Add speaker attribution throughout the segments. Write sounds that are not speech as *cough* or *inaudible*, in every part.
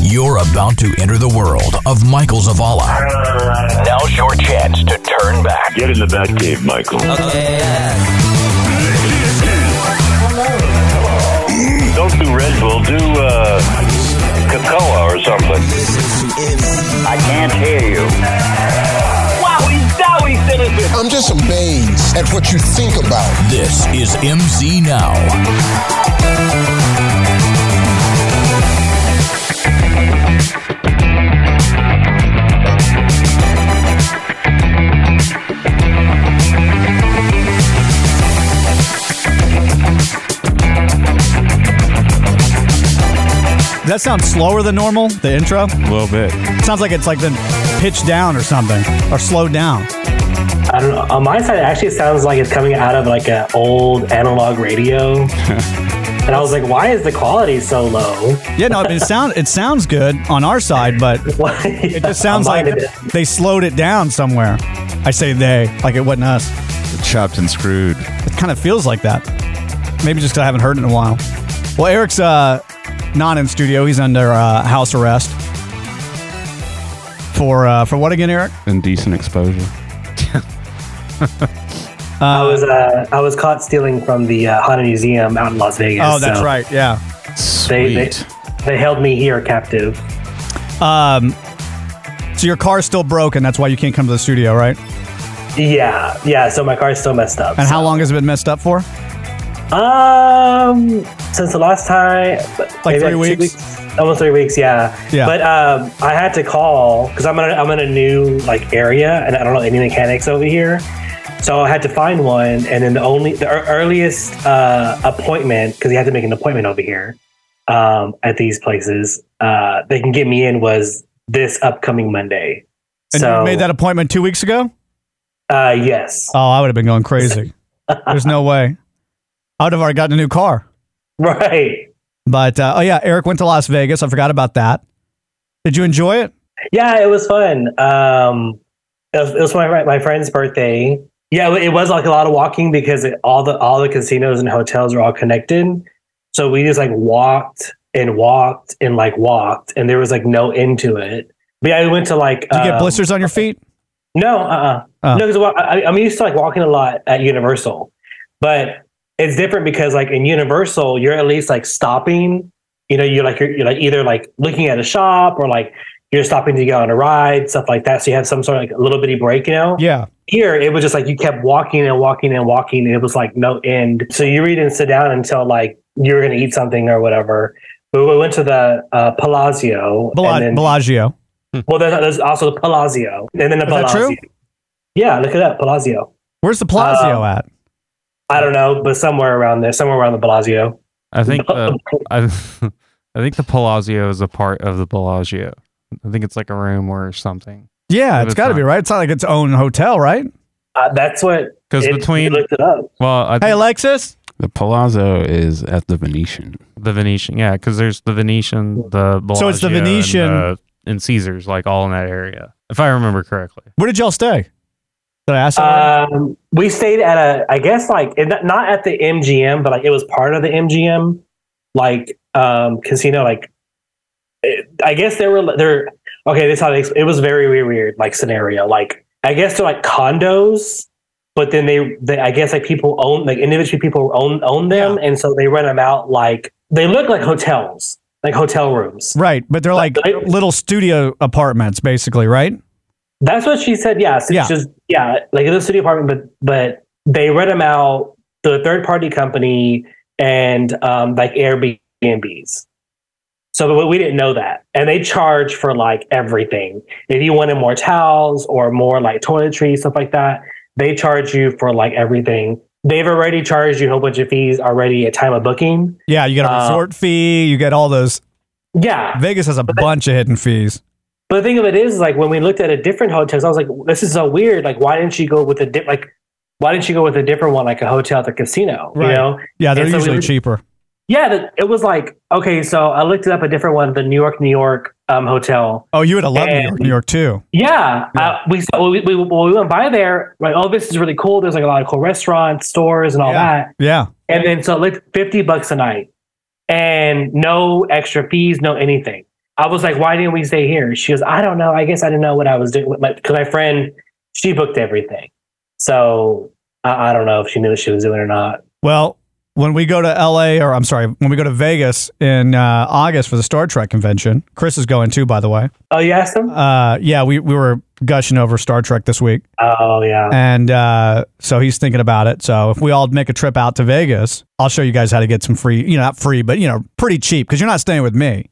Speaker 1: You're about to enter the world of Michael Zavala.
Speaker 2: Now's your chance to turn back.
Speaker 3: Get in the bat cave, Michael. Don't do Red Bull. Do uh, cocoa or something. I can't hear you.
Speaker 4: I'm just amazed at what you think about.
Speaker 1: This is MZ Now.
Speaker 5: Does that sound slower than normal? The
Speaker 6: A
Speaker 5: intro?
Speaker 6: little bit.
Speaker 5: Sounds like it's like been pitched down or something, or slowed down.
Speaker 7: I don't know. On my side, it actually sounds like it's coming out of like an old analog
Speaker 5: *laughs*
Speaker 7: radio. and I was like, why is the quality so low?
Speaker 5: Yeah, no, I mean, it sound it sounds good on our
Speaker 7: *laughs*
Speaker 5: side, but
Speaker 7: Why-
Speaker 5: it just sounds
Speaker 7: On
Speaker 5: like
Speaker 7: mine, it-
Speaker 5: they slowed it down somewhere. I say they, like it wasn't us.
Speaker 6: Chopped and screwed.
Speaker 5: It kind of feels like that. Maybe just 'cause I haven't heard it in a while. Well, Eric's uh, not in studio. He's under uh, house arrest for uh, for what again, Eric?
Speaker 6: Indecent exposure.
Speaker 7: I was uh, I was caught stealing from the uh, Haunted Museum out in Las Vegas.
Speaker 5: oh, that's
Speaker 7: so
Speaker 5: right. Yeah.
Speaker 7: They,
Speaker 6: Sweet.
Speaker 7: they they held me here captive.
Speaker 5: Um, So your car's still broken. That's why you can't come to the studio, right?
Speaker 7: Yeah, yeah. So my car's still messed up.
Speaker 5: And how long has it been messed up for?
Speaker 7: Um, since the last time, maybe
Speaker 5: three
Speaker 7: two
Speaker 5: weeks?
Speaker 7: almost three weeks. Yeah,
Speaker 5: Yeah.
Speaker 7: But um, I had to call because I'm in a, I'm in a new like area, and I don't know any mechanics over here. So I had to find one, and then the only the ear- earliest uh, appointment because you have to make an appointment over here um, at these places. Uh, they can get me in was this upcoming Monday.
Speaker 5: And
Speaker 7: so
Speaker 5: you made that appointment two weeks ago?
Speaker 7: uh, yes, *laughs*
Speaker 5: Oh, I would have been going crazy. There's no way. I would have already gotten a new car.
Speaker 7: right.
Speaker 5: But uh, oh yeah, Eric went to Las Vegas. I forgot about that. Did you enjoy it?
Speaker 7: Yeah, it was fun. Um, it was, it was my my friend's birthday. Yeah, it was like a lot of walking because it, all the all the casinos and hotels are all connected. So we just like walked and walked and like walked, and there was like no end to it. But yeah, we went to like.
Speaker 5: Did you get
Speaker 7: um,
Speaker 5: blisters on your feet?
Speaker 7: No, uh, uh
Speaker 5: Oh.
Speaker 7: no, because I, I'm used to like walking a lot at Universal, but it's different because like in Universal, you're at least like stopping. You know, you're like you're, you're like either like looking at a shop or like you're stopping to get on a ride, stuff like that. So you have some sort of like a little bitty break. You know,
Speaker 5: Yeah.
Speaker 7: here it was just like you kept walking and walking and walking and it was like no end so you really didn't sit down until like you were going to eat something or whatever but we went to the uh, palazzo
Speaker 5: Bella-
Speaker 7: and then, Hmm.
Speaker 5: Bellagio.
Speaker 7: well there's, there's also the palazzo and then the
Speaker 5: Is that
Speaker 7: palazzo
Speaker 5: true?
Speaker 7: yeah look it up palazzo
Speaker 5: Where's the Palazzo at?
Speaker 7: Um, i don't know but somewhere around there somewhere around the palazzo
Speaker 8: I think uh, I, *laughs* I think the Palazzo is a part of the Bellagio. I think it's like a room or something.
Speaker 5: Yeah,
Speaker 8: it
Speaker 5: it's
Speaker 8: was
Speaker 5: got to be
Speaker 8: not.
Speaker 5: right. It's not like its own hotel, right?
Speaker 7: uh, that's what
Speaker 8: 'Cause
Speaker 7: it-
Speaker 8: between-
Speaker 7: we looked it up
Speaker 8: Well, I
Speaker 5: Hey,
Speaker 8: think
Speaker 5: Alexis.
Speaker 6: The Palazzo is at the Venetian.
Speaker 8: the Venetian, yeah, because there's the Venetian, the Bellagio,
Speaker 5: So it's the
Speaker 8: and
Speaker 5: Venetian-
Speaker 8: the- and Caesars, like all in that area, if I remember correctly.
Speaker 5: Where did y'all stay? Did I ask? that already?
Speaker 7: um, we stayed at a i guess like it- not at the mgm but like it was part of the mgm like um casino like it, i guess there were there okay this is how they, ex- it was very weird, weird like scenario like i guess they're like condos but then they, they i guess like people own like individual people own own them and so they rent them out like they look like hotels like hotel rooms
Speaker 5: right, but they're like
Speaker 7: I-
Speaker 5: little studio apartments, basically, right?
Speaker 7: That's what she said. Yeah, so
Speaker 5: Yeah.
Speaker 7: yeah. just yeah, like in the studio apartment, but but they rent them out to a third party company and um, like Airbnbs. So but we didn't know that, and they charge for like everything. If you wanted more towels or more like toiletries, stuff like that, they charge you for like everything. They've already charged you a whole bunch of fees already at time of booking.
Speaker 5: Yeah, you get a
Speaker 7: Uh,
Speaker 5: resort fee. You get all those.
Speaker 7: Yeah,
Speaker 5: Vegas has a bunch of hidden fees.
Speaker 7: But the thing of it is, like when we looked at a different hotel, I was like, "This is so weird. Like, why didn't you go with a di- like, why didn't you go with a different one, like a hotel at the casino?
Speaker 5: Right.
Speaker 7: You know?
Speaker 5: Yeah, they're
Speaker 7: And so we
Speaker 5: usually
Speaker 7: were-
Speaker 5: cheaper.
Speaker 7: Yeah. The, it was like, okay, so I looked it up a different one, the New York, New York um, hotel.
Speaker 5: Oh, you would have loved New
Speaker 7: And-
Speaker 5: York, New York too.
Speaker 7: Yeah, Uh, we, saw, we we we went by there. Like, oh, this is really cool. There's like a lot of cool restaurants, stores, and all that.
Speaker 5: Yeah.
Speaker 7: And then so it looked 50 bucks a night and no extra fees, no anything. I was like, why didn't we stay here? She goes, I don't know. I guess I didn't know what I was doing. Because my, 'cause my friend, she booked everything. So I, I don't know if she knew what she was doing or not.
Speaker 5: Well, when we go to LA, or I'm sorry, when we go to Vegas in uh, August for the Star Trek convention, Chris is going too, by the way.
Speaker 7: Oh, you asked him?
Speaker 5: Uh, yeah, we, we were gushing over Star Trek this week.
Speaker 7: Oh, yeah.
Speaker 5: And uh, so he's thinking about it. So if we all make a trip out to Vegas, I'll show you guys how to get some free, you know, not free, but, you know, pretty cheap because you're not staying with me.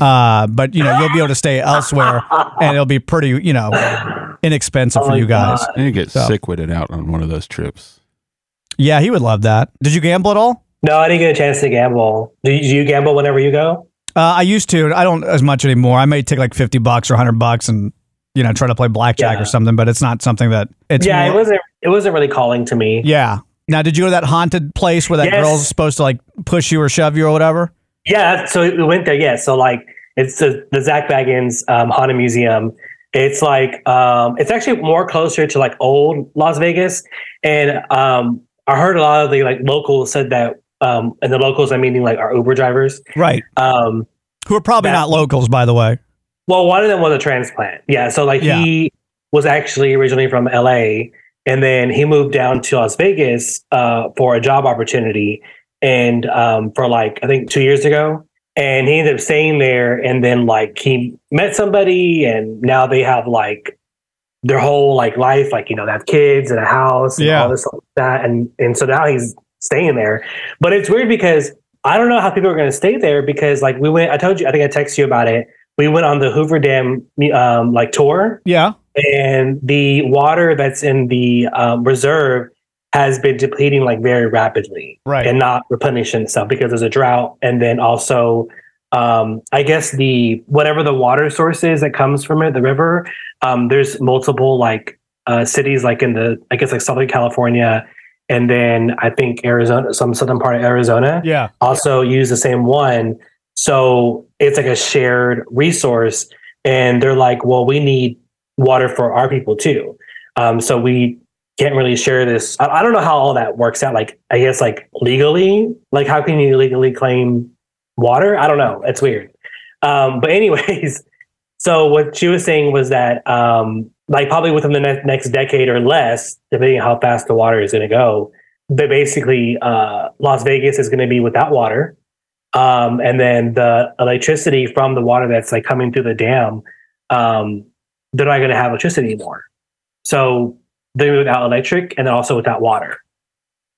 Speaker 5: Uh, but, you know, you'll be able to stay elsewhere and it'll be pretty, you know, inexpensive
Speaker 7: *laughs* Oh
Speaker 5: for you
Speaker 7: my God.
Speaker 5: guys.
Speaker 6: And you get
Speaker 5: So.
Speaker 6: sick with it out on one of those trips.
Speaker 5: Yeah, he would love that. Did you gamble at all?
Speaker 7: No, I didn't get a chance to gamble. Do you, do you gamble whenever you go?
Speaker 5: Uh, I used to. I don't as much anymore. I may take like fifty bucks or hundred bucks and you know try to play blackjack
Speaker 7: Yeah.
Speaker 5: or something, but it's not something that it's.
Speaker 7: yeah,
Speaker 5: more-
Speaker 7: it wasn't. It wasn't really calling to me.
Speaker 5: Yeah. Now, did you go to that haunted place where that
Speaker 7: Yes.
Speaker 5: girl's supposed to like push you or shove you or whatever?
Speaker 7: Yeah, so we went there. Yeah, so like it's the, the Zach Baggins um, Haunted Museum. It's like um, it's actually more closer to like old Las Vegas, and um, I heard a lot of the like locals said that, um, and the locals I meaning like our Uber drivers.
Speaker 5: Right.
Speaker 7: Um,
Speaker 5: Who are probably
Speaker 7: That-
Speaker 5: not locals, by the way.
Speaker 7: well, one of them was a transplant. Yeah, so like he was actually originally from LA, and then he moved down to Las Vegas uh, for a job opportunity, and um, for like I think two years ago, and he ended up staying there, and then like he met somebody, and now they have like their whole like life, like you know, they have kids and a house, and
Speaker 5: Yeah.
Speaker 7: all this like that, and and so now he's staying there, but it's weird because. I don't know how people are going to stay there because, like, we went. I told you, I think I texted you about it we went on the Hoover Dam um, like tour,
Speaker 5: Yeah.
Speaker 7: and the water that's in the um, reserve has been depleting like very rapidly
Speaker 5: Right.
Speaker 7: and not replenishing itself because there's a drought, and then also. Um, I guess the whatever the water source is that comes from it, the river. Um, there's multiple like uh, cities, like in the I guess like Southern California, and then I think Arizona, some southern part of Arizona
Speaker 5: yeah.
Speaker 7: also use the same one. So it's like a shared resource. And they're like, well, we need water for our people too. Um, so we can't really share this. I, I don't know how all that works out. Like, I guess, like legally, like, how can you legally claim water? I don't know. It's weird. Um, but, *laughs* anyways, so what she was saying was that, um, like, probably within the ne- next decade or less, depending on how fast the water is going to go, but basically uh, Las Vegas is going to be without water, um, and then the electricity from the water that's like coming through the dam, um, they're not going to have electricity anymore. So they're without electric and then also without water.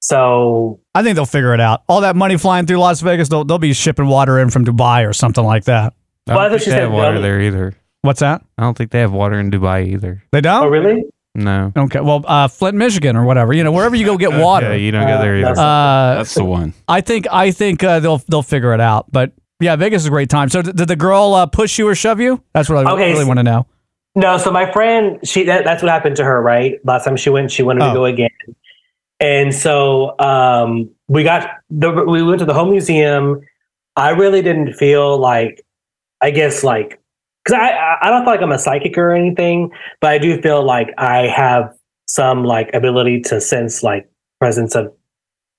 Speaker 7: So
Speaker 5: I think they'll figure it out. All that money flying through Las Vegas, they'll, they'll be shipping water in from Dubai or something like that.
Speaker 8: I
Speaker 7: Well, I thought
Speaker 8: don't think
Speaker 7: she
Speaker 8: they
Speaker 7: said
Speaker 8: have water
Speaker 7: Dubai.
Speaker 8: there either.
Speaker 5: What's that?
Speaker 8: I don't think they have water in Dubai either.
Speaker 5: They
Speaker 7: oh
Speaker 5: don't?
Speaker 7: really?
Speaker 8: No.
Speaker 5: Okay. Well, uh, Flint, Michigan or whatever, you know, wherever you
Speaker 8: *laughs*
Speaker 5: go get water.
Speaker 8: Yeah, you don't go
Speaker 7: Uh,
Speaker 8: there either.
Speaker 7: that's-
Speaker 5: uh,
Speaker 6: That's the one.
Speaker 5: I think I think uh, they'll they'll figure it out. But yeah, Vegas is a great time. So th- did the girl uh, push you or shove you? That's what I
Speaker 7: Okay,
Speaker 5: really
Speaker 7: so-
Speaker 5: want to know.
Speaker 7: No, so my friend, she that, that's what happened to her, right? Last time she went, she wanted
Speaker 5: Oh.
Speaker 7: to go again. And so um we got the we went to the home museum. I really didn't feel like I guess like because I I- I don't feel like I'm a psychic or anything, but I do feel like I have some like ability to sense like presence of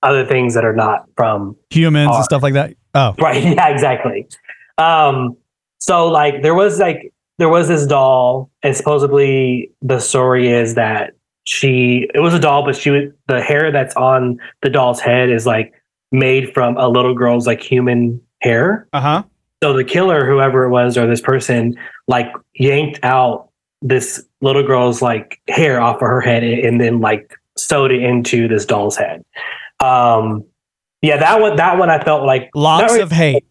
Speaker 7: other things that are not from
Speaker 5: Humans
Speaker 7: Are.
Speaker 5: and stuff like that. Oh,
Speaker 7: Uh, *laughs* Right. Yeah, exactly. Um, so like there was like there was this doll, and supposedly the story is that she it was a doll, but she was the hair that's on the doll's head is like made from a little girl's like human hair.
Speaker 5: uh huh.
Speaker 7: So the killer, whoever it was, or this person, like yanked out this little girl's like hair off of her head and, and then like sewed it into this doll's head. Um yeah, that one that one I felt like
Speaker 5: Lots
Speaker 7: really-
Speaker 5: of hate.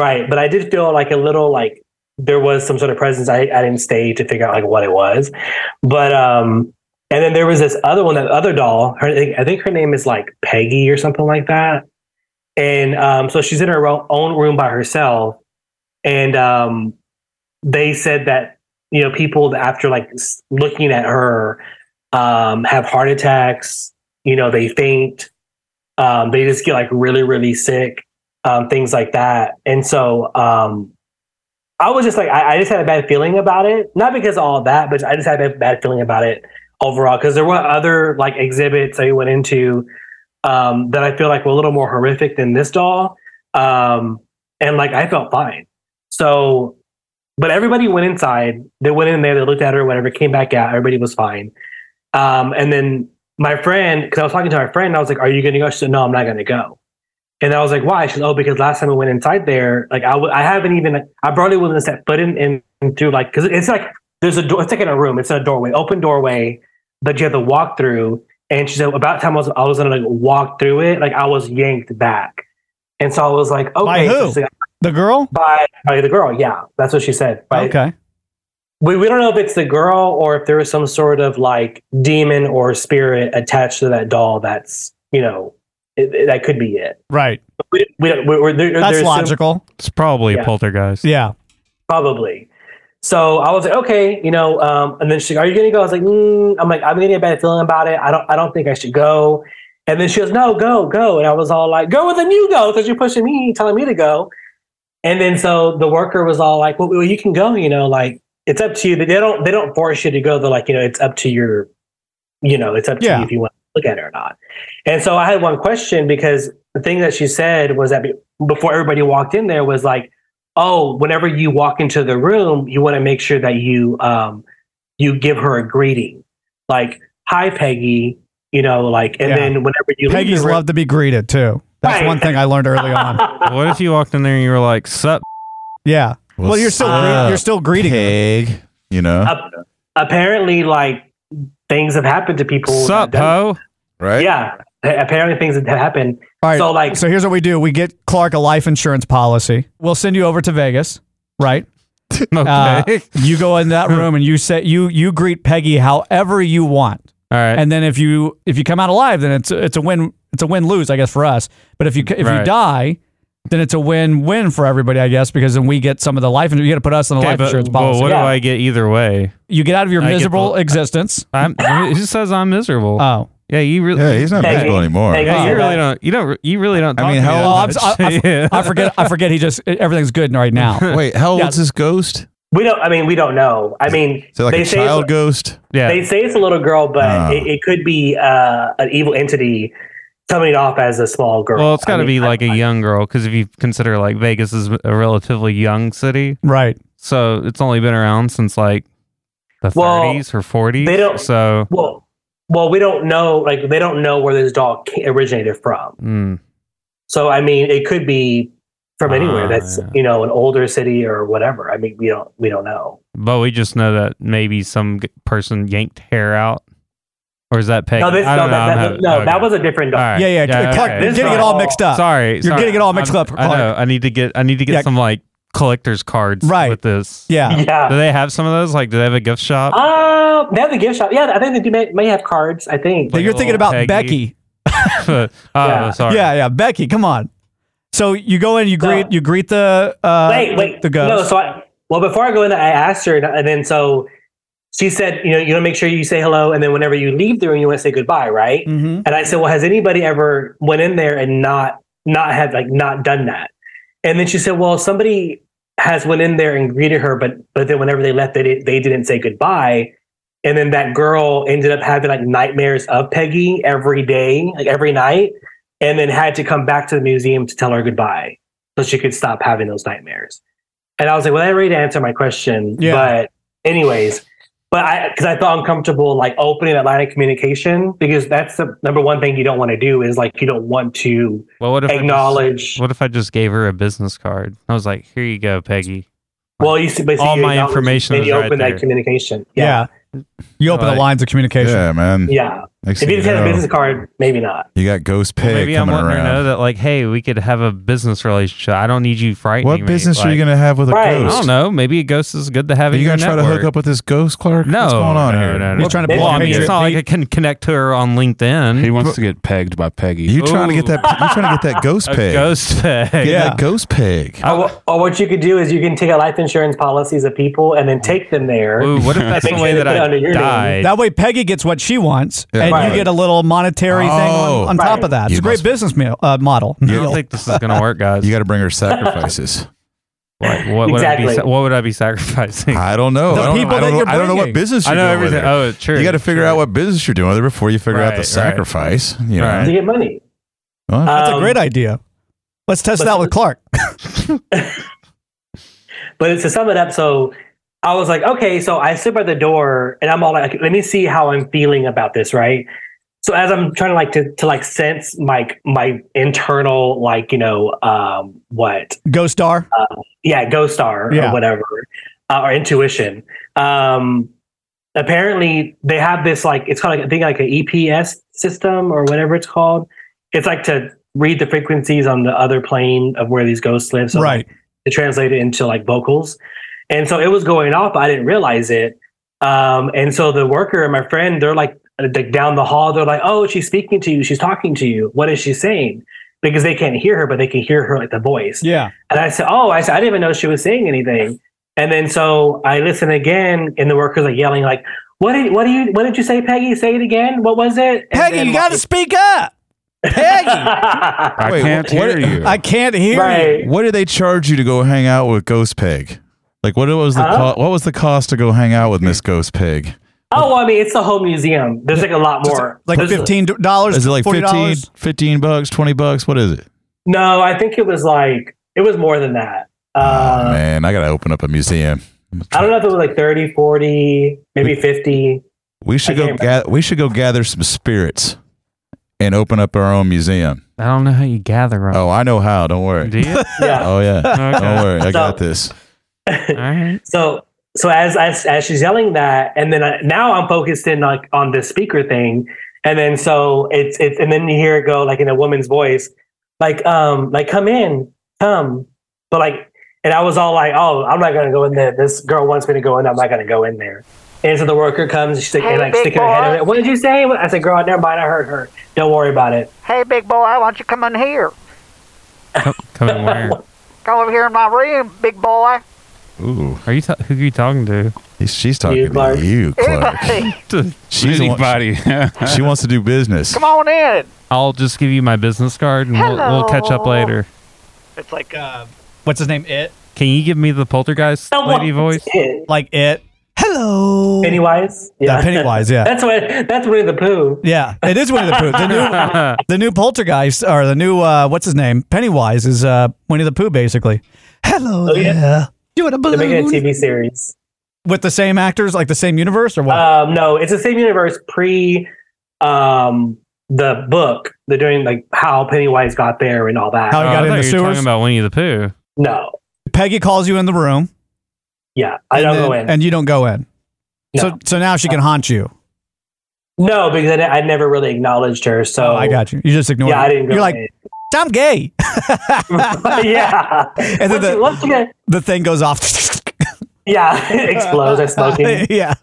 Speaker 7: Right, but I did feel like a little like there was some sort of presence. I, I didn't stay to figure out like what it was, but um, and then there was this other one, that other doll. Her, I think- I think her name is like Peggy or something like that. And um, so she's in her ro- own room by herself, and um, they said that you know people after like s- looking at her um, have heart attacks. You know, they faint. Um, they just get like really, really sick um, things like that. And so um, I was just like, I, I just had a bad feeling about it. Not because of all that, but I just had a bad feeling about it overall. Because there were other like exhibits I went into um, that I feel like were a little more horrific than this doll. Um, and like I felt fine. So, but everybody went inside. They went in there. They looked at her, whatever. Came back out. Everybody was fine. Um, and then my friend, because I was talking to my friend, and I was like, "Are you going to go?" She said, "No, I'm not going to go." And I was like, "Why?" She said, "Oh, because last time I went inside there, like I w- I haven't even I barely was not set foot in, in into like because it's like there's a door. It's like in a room. It's in a doorway, open doorway that you have to walk through." And she said, "About time I was I was going to like walk through it, like I was yanked back." And so I was like, "Okay."
Speaker 5: By who?
Speaker 7: So she's like,
Speaker 5: The girl?
Speaker 7: by, by the girl. Yeah, that's what she said. By,
Speaker 5: Okay.
Speaker 7: we, we don't know if it's the girl or if there is some sort of like demon or spirit attached to that doll. That's you know it, it- that could be it.
Speaker 5: Right.
Speaker 7: We, we don't. We're, we're, there,
Speaker 5: That's
Speaker 7: there's some-
Speaker 5: logical.
Speaker 8: It's probably
Speaker 7: Yeah.
Speaker 8: poltergeist.
Speaker 5: Yeah.
Speaker 7: probably. So I was like, okay, you know, um, and then she's like, "Are you gonna go?" I was like, mm, "I'm like, I'm getting a bad feeling about it. I don't, I don't think I should go." And then she goes, "No, go, go." And I was all like, "Go with then you go because you're pushing me, telling me to go." And then so the worker was all like, well, "Well, you can go, you know, like it's up to you. They don't, they don't force you to go. They're like, you know, it's up to your, you know, it's up to
Speaker 5: Yeah.
Speaker 7: you if you want to look at it or not." And so I had one question because the thing that she said was that be- before everybody walked in there was like oh, whenever you walk into the room, you want to make sure that you um, you give her a greeting, like "Hi, Peggy," you know, like, and
Speaker 5: Yeah.
Speaker 7: then whenever you leave
Speaker 5: Peggy's
Speaker 7: the room-
Speaker 5: love to be greeted too. That's
Speaker 7: Right.
Speaker 5: one thing I
Speaker 7: *laughs*
Speaker 5: learned early on.
Speaker 8: What if you walked in there and you were like, "Sup?"
Speaker 5: Yeah. Well, you're still gre-
Speaker 9: up,
Speaker 5: you're still greeting. her.
Speaker 9: pig. You know,
Speaker 7: Ap- apparently, like things have happened to people.
Speaker 8: Sup,
Speaker 7: that-
Speaker 8: ho?
Speaker 9: right?
Speaker 7: Yeah, a- apparently things have happened.
Speaker 5: All right.
Speaker 7: So,
Speaker 8: *laughs*
Speaker 7: like-
Speaker 5: so here's what we do: we get Clark a life insurance policy. We'll send you over to Vegas, right?
Speaker 8: *laughs* Okay.
Speaker 5: Uh, you go in that room and you say you you greet Peggy however you want,
Speaker 8: All right.
Speaker 5: and then if you if you come out alive, then it's it's a win it's a win lose I guess for us. But if you if you
Speaker 8: Right.
Speaker 5: die, then it's a win win for everybody I guess because then we get some of the life insurance. You got to put us on the
Speaker 8: okay,
Speaker 5: life
Speaker 8: but,
Speaker 5: insurance
Speaker 8: but
Speaker 5: policy.
Speaker 8: what
Speaker 7: Yeah.
Speaker 8: do I get either way?
Speaker 5: You get out of your
Speaker 8: I get
Speaker 5: miserable
Speaker 8: the-
Speaker 5: existence.
Speaker 8: I'm, he just says I'm miserable.
Speaker 5: Oh.
Speaker 8: yeah, you really.
Speaker 9: Yeah, he's not
Speaker 7: Peggy.
Speaker 9: miserable anymore.
Speaker 7: Peggy.
Speaker 8: yeah, you
Speaker 7: Oh,
Speaker 8: really
Speaker 7: that-
Speaker 8: don't. You don't. You really don't.
Speaker 9: I
Speaker 8: Talk
Speaker 9: mean,
Speaker 8: to
Speaker 9: how
Speaker 8: me
Speaker 9: old-
Speaker 5: Oh,
Speaker 8: that
Speaker 5: I'm, so-
Speaker 8: much.
Speaker 5: I, I-
Speaker 8: *laughs* Yeah.
Speaker 5: I forget. I forget. He just everything's good
Speaker 8: *laughs*
Speaker 5: right now.
Speaker 9: Wait, how
Speaker 5: Yeah.
Speaker 9: old's this ghost?
Speaker 7: We don't. I mean, we don't know. I mean,
Speaker 9: Is it like
Speaker 7: they
Speaker 9: a
Speaker 7: say
Speaker 9: child ghost?
Speaker 8: yeah.
Speaker 7: they say it's a little girl, but
Speaker 9: Ah.
Speaker 7: it, it could be uh, an evil entity coming off as a small girl.
Speaker 8: well, it's got to
Speaker 7: I mean,
Speaker 8: be like a young girl because if you consider like Vegas is a relatively young city,
Speaker 5: Right.
Speaker 8: so it's only been around since like the
Speaker 7: Well,
Speaker 8: 30s or 40s.
Speaker 7: they don't-
Speaker 8: So
Speaker 7: Well, well, we don't know. Like they don't know where this doll ca- originated from.
Speaker 8: mm,
Speaker 7: So I mean, it could be from anywhere.
Speaker 8: Ah,
Speaker 7: That's
Speaker 8: yeah.
Speaker 7: you know an older city or whatever. I mean, we don't we don't know.
Speaker 8: but we just know that maybe some g- person yanked hair out, or is that Peggy?
Speaker 7: No, this,
Speaker 8: I
Speaker 7: no,
Speaker 8: don't know,
Speaker 7: that,
Speaker 8: I'm
Speaker 7: that,
Speaker 8: not-
Speaker 7: no,
Speaker 8: okay.
Speaker 7: that was a different doll.
Speaker 8: All right.
Speaker 5: Yeah. Yeah. Clark,
Speaker 8: okay.
Speaker 5: you're
Speaker 7: This
Speaker 5: getting
Speaker 7: is
Speaker 5: it all
Speaker 7: all-
Speaker 5: mixed up.
Speaker 8: Sorry,
Speaker 5: You're getting it all mixed up,
Speaker 8: I know.
Speaker 5: Clark.
Speaker 8: I need to get. I need to get
Speaker 5: Yeah.
Speaker 8: some like collector's cards.
Speaker 5: Right.
Speaker 8: With this.
Speaker 5: Yeah.
Speaker 7: *laughs*
Speaker 8: Do
Speaker 7: Yeah.
Speaker 8: they have some of those? Like, do they have a gift shop?
Speaker 7: Uh, they have the gift shop. Yeah, I think they do may, may have cards. I think.
Speaker 5: But
Speaker 8: Like
Speaker 5: you're
Speaker 8: a
Speaker 5: thinking
Speaker 8: little
Speaker 5: about
Speaker 8: Peggy.
Speaker 5: Becky. *laughs*
Speaker 8: oh,
Speaker 7: Yeah.
Speaker 8: sorry.
Speaker 5: Yeah, yeah, Becky. Come on. So you go in, you greet,
Speaker 7: No.
Speaker 5: you greet the uh,
Speaker 7: wait, wait.
Speaker 5: the ghost.
Speaker 7: No, so I, well, before I go in, there, I asked her, and- and then so she said, you know, you want to make sure you say hello, and then whenever you leave the room, you want to say goodbye, right?
Speaker 9: Hmm.
Speaker 10: Mm-hmm.
Speaker 5: Mhm.
Speaker 7: And I said, well, has anybody ever went in there and not not had like not done that? And then she said, well, somebody has went in there and greeted her, but but then whenever they left, they didn't, they didn't say goodbye. And then that girl ended up having like nightmares of Peggy every day, like every night, and then had to come back to the museum to tell her goodbye so she could stop having those nightmares. And I was like, well, I already to answer my question.
Speaker 5: Yeah.
Speaker 7: But anyways, but I because I felt uncomfortable like opening that line of communication because that's the number one thing you don't want to do is like you don't want to
Speaker 8: Well, what if I just-
Speaker 7: acknowledge
Speaker 8: what if I just gave her a business card? I was like, "Here you go, Peggy."
Speaker 7: well you see but see,
Speaker 8: All
Speaker 7: you
Speaker 8: my
Speaker 7: acknowledge
Speaker 8: information
Speaker 7: and
Speaker 8: is
Speaker 7: you
Speaker 8: right
Speaker 7: open
Speaker 8: there.
Speaker 7: that communication. Yeah.
Speaker 5: yeah. you open
Speaker 8: Like-
Speaker 5: the lines of communication.
Speaker 9: Yeah, man.
Speaker 7: Yeah.
Speaker 9: Next
Speaker 7: If
Speaker 9: thing
Speaker 7: you just had a
Speaker 9: know,
Speaker 7: business card, maybe not.
Speaker 9: you got ghost pig
Speaker 8: Maybe I'm
Speaker 9: coming
Speaker 8: letting her know
Speaker 9: around.
Speaker 8: that, like, hey, we could have a business relationship. I don't need you frightening
Speaker 9: What
Speaker 8: me.
Speaker 9: business are
Speaker 8: Like,
Speaker 9: you gonna have with a
Speaker 7: Right. I
Speaker 8: I
Speaker 9: ghost?
Speaker 8: don't know. Maybe a ghost is good to have.
Speaker 9: Are
Speaker 8: in
Speaker 9: you
Speaker 8: your
Speaker 9: gonna try to hook
Speaker 8: network.
Speaker 9: up with this ghost, Clark?
Speaker 8: No,
Speaker 9: What's going on
Speaker 8: no,
Speaker 9: here?
Speaker 8: No, no,
Speaker 5: He's trying to
Speaker 8: Well,
Speaker 5: block
Speaker 8: I mean,
Speaker 5: you.
Speaker 8: it's not like I can connect to her on LinkedIn.
Speaker 6: He wants to get pegged by Peggy.
Speaker 9: You trying to get
Speaker 8: Ooh.
Speaker 9: that? You trying to get
Speaker 8: *laughs*
Speaker 9: that ghost
Speaker 8: a
Speaker 9: pig?
Speaker 8: ghost
Speaker 9: Get
Speaker 8: peg.
Speaker 9: that ghost pig.
Speaker 7: Or, wha- or what you could do is you can take out life insurance policies of people and then take them there.
Speaker 8: Ooh, what if that's
Speaker 7: *laughs*
Speaker 8: the
Speaker 7: Make
Speaker 8: way
Speaker 7: sure
Speaker 8: that
Speaker 7: they put it
Speaker 8: I
Speaker 7: under your name.
Speaker 8: died?
Speaker 5: That way, Peggy gets what she wants,
Speaker 9: Yeah.
Speaker 5: and
Speaker 9: Right.
Speaker 5: you get a little monetary thing
Speaker 9: Oh.
Speaker 5: on, on top
Speaker 7: Right.
Speaker 5: of that. It's
Speaker 9: You
Speaker 5: a great
Speaker 9: must-
Speaker 5: business meal, uh, model.
Speaker 8: I
Speaker 5: Meal.
Speaker 8: don't think this is
Speaker 9: *laughs*
Speaker 8: gonna work, guys.
Speaker 9: You got to bring her sacrifices.
Speaker 8: Like, what, would I be,
Speaker 7: Exactly.
Speaker 8: sa- what would I be sacrificing?
Speaker 9: I don't know.
Speaker 5: The
Speaker 9: I don't, I
Speaker 5: people
Speaker 9: don't
Speaker 5: that
Speaker 9: know,
Speaker 5: you're
Speaker 9: I don't know what
Speaker 5: bringing.
Speaker 9: business
Speaker 8: I
Speaker 9: you're
Speaker 8: know
Speaker 9: doing. with
Speaker 8: everything.
Speaker 9: it.
Speaker 8: Oh, true.
Speaker 9: you got to figure
Speaker 8: sure.
Speaker 9: out what business you're doing with it before you figure out
Speaker 8: Right,
Speaker 9: the
Speaker 8: right.
Speaker 9: sacrifice. You know,
Speaker 8: Right.
Speaker 7: to get money.
Speaker 9: Well,
Speaker 5: That's a
Speaker 7: Um,
Speaker 5: great idea. Let's test
Speaker 7: but-
Speaker 5: that with Clark.
Speaker 7: But to sum it up, so I was like, okay, so I sit by the door and I'm all like, let me see how I'm feeling about this, right? So as I'm trying to like to, to like sense my my internal like you know um what
Speaker 5: Ghost Star.
Speaker 7: Uh, yeah, ghost star
Speaker 5: Yeah.
Speaker 7: or whatever, uh, or intuition. Um, apparently, they have this like it's called like, I think like an EPS system or whatever it's called. It's like to read the frequencies on the other plane of where these ghosts live. So like,
Speaker 5: right.
Speaker 7: to translate it into like vocals. And so it was going off, but I didn't realize it. Um, and so the worker and my friend, they're like, like down the hall, they're like, oh, she's speaking to you. She's talking to you. What is she saying? Because they can't hear her, but they can hear her like the voice.
Speaker 5: Yeah.
Speaker 7: And I said, "Oh, I said I didn't even know she was saying anything." And then so I listened again, and the workers are yelling like, "What did what do you what did you say, Peggy? Say it again. What was it?" And
Speaker 5: Peggy,
Speaker 7: then,
Speaker 5: you got to speak up.
Speaker 7: like-
Speaker 5: Peggy,
Speaker 6: I
Speaker 9: Wait,
Speaker 6: can't
Speaker 9: wh-
Speaker 6: hear
Speaker 9: what-
Speaker 6: you.
Speaker 5: I can't hear you.
Speaker 7: right.
Speaker 9: What did they charge you to go hang out with Ghost Pig? Like what was the
Speaker 7: Huh?
Speaker 9: co- what was the cost to go hang out with Miss Ghost Pig?
Speaker 7: Oh, well, I mean, it's the whole museum. There's like a lot more.
Speaker 5: Like
Speaker 7: There's-
Speaker 5: fifteen dollars.
Speaker 9: Is it like 15,
Speaker 5: $40?
Speaker 9: 15 bucks, twenty bucks? What is it?
Speaker 7: No, I think it was like it was more than that.
Speaker 9: oh,
Speaker 7: Uh,
Speaker 9: man, I gotta open up a museum.
Speaker 7: I don't know if it was like 30, 40, maybe 50.
Speaker 9: We should
Speaker 7: I
Speaker 9: go.
Speaker 7: can't
Speaker 9: Ga- we should go gather some spirits and open up our own museum.
Speaker 8: I don't know how you gather them.
Speaker 9: Oh, I know how. Don't worry.
Speaker 8: Do
Speaker 9: *laughs*
Speaker 8: you?
Speaker 7: Yeah.
Speaker 9: Oh yeah.
Speaker 8: *laughs*
Speaker 9: Don't
Speaker 8: Okay.
Speaker 9: worry. I got this.
Speaker 8: All right.
Speaker 7: So so as as, as she's yelling that, and then I, now I'm focused in like on this speaker thing, and then so it's it's and then you hear it go like in a woman's voice, like um like come in come, but like and I was all like oh I'm not gonna go in there. This girl wants me to go in. I'm not gonna go in there. And so the worker comes. She's like, and like sticking her head in it. What did you say? I said, girl, never mind. I heard her. Don't worry about it.
Speaker 11: Hey, big boy, why don't you come in here?
Speaker 8: Come, come in where?
Speaker 11: Come over here in my room, big boy.
Speaker 9: *laughs* Ooh,
Speaker 8: Are you ta- who are you talking to?
Speaker 9: he's- she's talking
Speaker 7: You,
Speaker 9: to
Speaker 7: Clark.
Speaker 5: *laughs*
Speaker 9: you, Clark.
Speaker 11: Anybody,
Speaker 9: She's the one-
Speaker 6: anybody. *laughs*
Speaker 9: She wants to do business.
Speaker 11: come on in.
Speaker 8: I'll just give you my business card and we'll, we'll catch up
Speaker 11: Hello.
Speaker 8: later.
Speaker 11: It's like, uh,
Speaker 5: What's his name? It.
Speaker 8: Can you give me the poltergeist lady voice?
Speaker 5: Like it. Hello.
Speaker 7: Pennywise.
Speaker 5: Yeah, Pennywise.
Speaker 7: *laughs*
Speaker 5: Yeah.
Speaker 7: That's what. That's Winnie the Pooh.
Speaker 5: Yeah, it is Winnie the Pooh. The new,
Speaker 8: I *laughs*
Speaker 5: the new Poltergeist, or the new uh, what's his name? Pennywise is uh, Winnie the Pooh, basically. Hello
Speaker 7: Oh, yeah.
Speaker 5: there. You in a
Speaker 7: They're making a
Speaker 5: balloon?
Speaker 7: TV series.
Speaker 5: With the same actors, like the same universe, or what?
Speaker 7: Um, no, it's the same universe pre um, the book. They're doing like how Pennywise got there and all that.
Speaker 5: How- I got in
Speaker 8: Oh, thought you
Speaker 5: the
Speaker 8: were
Speaker 5: sewers.
Speaker 8: talking about Winnie the Pooh.
Speaker 7: no,
Speaker 5: Peggy calls you in the room.
Speaker 7: yeah, I
Speaker 5: and
Speaker 7: don't
Speaker 5: then-
Speaker 7: go in.
Speaker 5: And you don't go in. So,
Speaker 7: No.
Speaker 5: so now she can haunt you.
Speaker 7: no, because I, I never really acknowledged her. So
Speaker 5: Oh, I got you. You just ignore.
Speaker 7: Yeah,
Speaker 5: it.
Speaker 7: I didn't go.
Speaker 5: You're like,
Speaker 7: in.
Speaker 5: I'm gay. *laughs*
Speaker 7: yeah,
Speaker 5: And then
Speaker 7: Once
Speaker 5: the-
Speaker 7: you- once you get-
Speaker 5: The thing goes off.
Speaker 7: yeah, *laughs* it *laughs* explodes. I smoking.
Speaker 5: *laughs* yeah.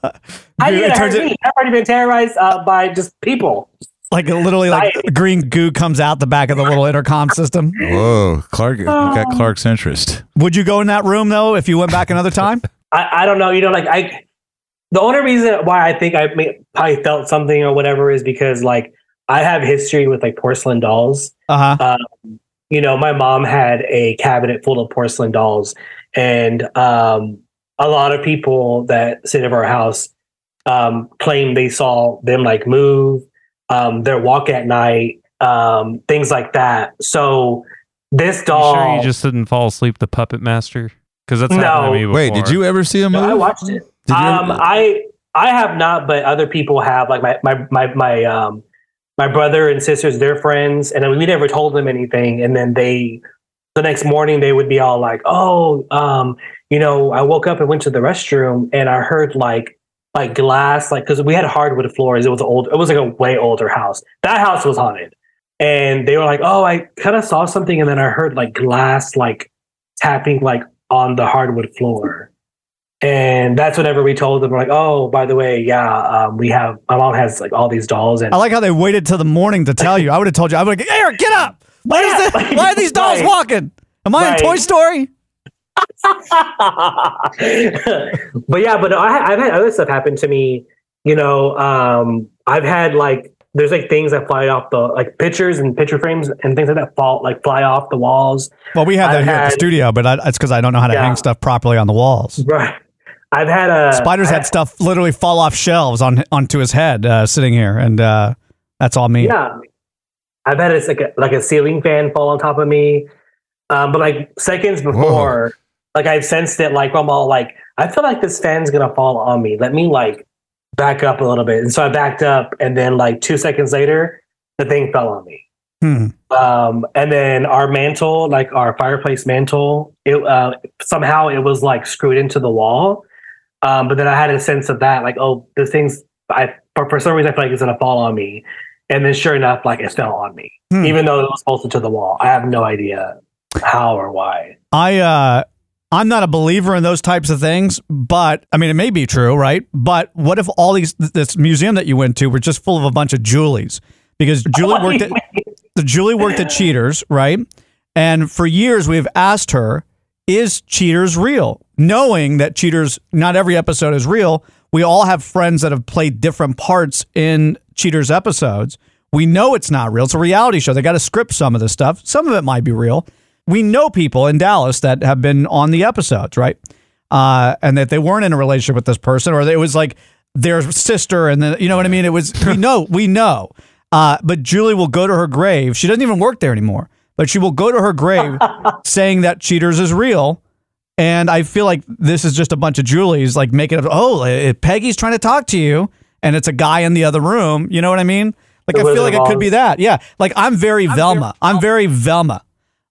Speaker 7: I
Speaker 5: Dude,
Speaker 7: didn't
Speaker 5: it
Speaker 7: get hurt
Speaker 5: turns it-
Speaker 7: me. I've already been terrorized uh, by just people.
Speaker 5: like literally like green goo comes out the back of the little intercom system.
Speaker 9: Whoa, Clark
Speaker 7: Oh.
Speaker 9: got Clark's interest.
Speaker 5: Would you go in that room though if you went back
Speaker 7: *laughs*
Speaker 5: another time?
Speaker 7: I, I don't know. You know, like I, the only reason why I think I may, probably felt something or whatever is because like I have history with like porcelain dolls.
Speaker 8: Uh-huh.
Speaker 7: Um,
Speaker 5: Uh huh.
Speaker 7: You know, my mom had a cabinet full of porcelain dolls, and um, a lot of people that sit at our house um, claim they saw them like move, um, their walk at night, um, things like that. So this doll,
Speaker 8: You sure you just didn't fall asleep the puppet master? Because that's
Speaker 7: Oh. No.
Speaker 8: happened to me before.
Speaker 9: Wait, did you ever see a
Speaker 7: No,
Speaker 9: movie?
Speaker 7: I watched it.
Speaker 9: Did you
Speaker 7: um,
Speaker 9: ever-
Speaker 7: I I have not, but other people have. Like my my my my um my brother and sisters, they're friends, and we never told them anything. And then they, the next morning, they would be all like, "Oh, um, you know, I woke up and went to the restroom, and I heard like." Like glass, like because we had hardwood floors. It was old. It was like a way older house. That house was haunted, and they were like, "Oh, I kind of saw something," and then I heard like glass, like tapping, like on the hardwood floor. And that's whenever we told them, we're like, oh, by the way, yeah, um, we have my mom has like all these dolls, and
Speaker 5: I like how they waited till the morning to tell you. I would have told you. I would have Eric, get up. Why,
Speaker 7: Yeah,
Speaker 5: is this,
Speaker 7: like-
Speaker 5: why are these
Speaker 7: *laughs*
Speaker 5: dolls
Speaker 7: right.
Speaker 5: walking? Am I
Speaker 7: Right.
Speaker 5: in Toy Story?
Speaker 7: but yeah, but I, I've had other stuff happen to me. You know, um, I've had like there's like things that fly off the like pictures and picture frames and things like that fall like fly off the walls.
Speaker 5: Well, we had that
Speaker 7: I've
Speaker 5: here at the
Speaker 7: had-
Speaker 5: studio, but I, it's because I don't know how to
Speaker 7: Yeah.
Speaker 5: hang stuff properly on the walls.
Speaker 7: *laughs* Right. I've had a
Speaker 5: Spiders
Speaker 7: I-
Speaker 5: had stuff literally fall off shelves on onto his head uh, sitting here, and uh, that's all me.
Speaker 7: Yeah, I've had it's like a, like a ceiling fan fall on top of me. Um, but like seconds before, Like I've sensed it. Like I'm all like, I feel like this fan's gonna fall on me. Let me like back up a little bit. And so I backed up, and then like two seconds later, the thing fell on me.
Speaker 5: Hmm.
Speaker 7: Um, and then our mantle, like our fireplace mantle, it uh, somehow it was like screwed into the wall. Um, but then I had a sense of that, like, oh, this thing's I for, for some reason I feel like it's gonna fall on me. And then sure enough, like it fell on me.
Speaker 5: Hmm.
Speaker 7: Even though it was bolted to the wall. I have no idea how or why.
Speaker 5: I uh I'm not a believer in those types of things, but I mean it may be true, right? But what if all these th- this museum that you went to were just full of a bunch of Julies? Because Julie worked at the Julie worked at Cheaters, right? And for years we've asked her, is Cheaters real? Knowing that Cheaters not every episode is real, we all have friends that have played different parts in Cheaters episodes. We know it's not real. It's a reality show. They got to script some of this stuff. Some of it might be real we know people in Dallas that have been on the episodes, right? Uh, and that they weren't in a relationship with this person, or that it was like their sister, and then you know what I mean. It was we know, we know. Uh, but Julie will go to her grave. She doesn't even work there anymore, but she will go to her grave saying that cheaters is real. And I feel like this is just a bunch of Julies like making up. Oh, eh, Peggy's trying to talk to you, and it's a guy in the other room. You know what I mean? Like
Speaker 7: The
Speaker 5: I feel
Speaker 7: Wizard
Speaker 5: like
Speaker 7: of
Speaker 5: it could
Speaker 7: Oz.
Speaker 5: be that. Yeah. Like I'm very Velma. I'm very Velma.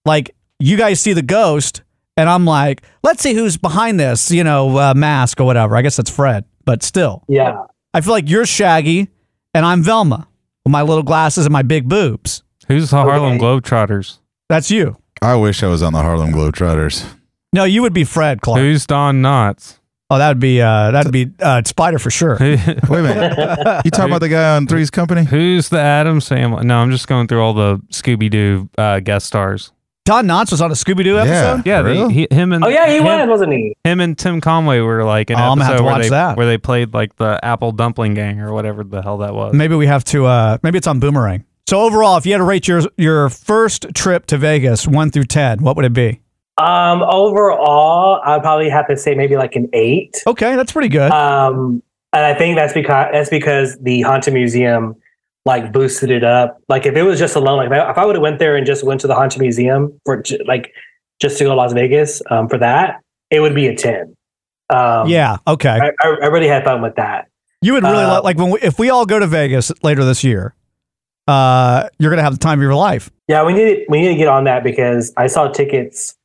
Speaker 5: Like you guys see the ghost, and I'm like, let's see who's behind this. You know, uh, mask or whatever. I guess that's Fred, but still,
Speaker 7: Yeah.
Speaker 5: I feel like you're Shaggy, and I'm Velma with my little glasses and my big boobs.
Speaker 8: Who's the Harlem
Speaker 7: Okay.
Speaker 8: Globetrotters?
Speaker 5: That's you.
Speaker 9: I wish I was on the Harlem Globetrotters.
Speaker 5: No, you would be Fred Clark.
Speaker 8: Who's Don Knotts?
Speaker 5: Oh, that'd be uh, that'd be uh, Spider
Speaker 8: *laughs*
Speaker 5: for sure.
Speaker 8: Who-
Speaker 9: Wait a minute. you talking about the guy on Three's Company?
Speaker 8: Who's the Adam Sandler? No, I'm just going through all the Scooby Doo uh, guest stars.
Speaker 5: Don Knotts was on a Scooby Doo episode.
Speaker 8: Yeah,
Speaker 9: for
Speaker 8: they,
Speaker 9: real?
Speaker 8: he, him and
Speaker 7: Oh yeah, he
Speaker 8: him,
Speaker 7: was, wasn't he?
Speaker 8: Him and Tim Conway were like an
Speaker 5: Oh, I'm gonna have
Speaker 8: episode
Speaker 5: to
Speaker 8: where,
Speaker 5: watch
Speaker 8: they,
Speaker 5: that.
Speaker 8: where they played like the Apple Dumpling Gang or whatever the hell that was.
Speaker 5: Maybe we have to. Uh, maybe it's on Boomerang. So overall, if you had to rate your your first trip to Vegas one through ten, what would it be?
Speaker 7: Um, overall, I'd probably have to say maybe like an eight.
Speaker 5: Okay, that's pretty good.
Speaker 7: Um, and I think that's because that's because the haunted museum like boosted it up. Like if it was just alone, like if I, if I would have went there and just went to the haunted museum for j- like just to go to Las Vegas um, for that, it would be a ten. Um,
Speaker 5: yeah. Okay.
Speaker 7: I, I I really had fun with that.
Speaker 5: You would really
Speaker 7: uh,
Speaker 5: li- like when we, if we all go to Vegas later this year. Uh, you're gonna have the time of your life.
Speaker 7: Yeah, we need we need to get on that because I saw tickets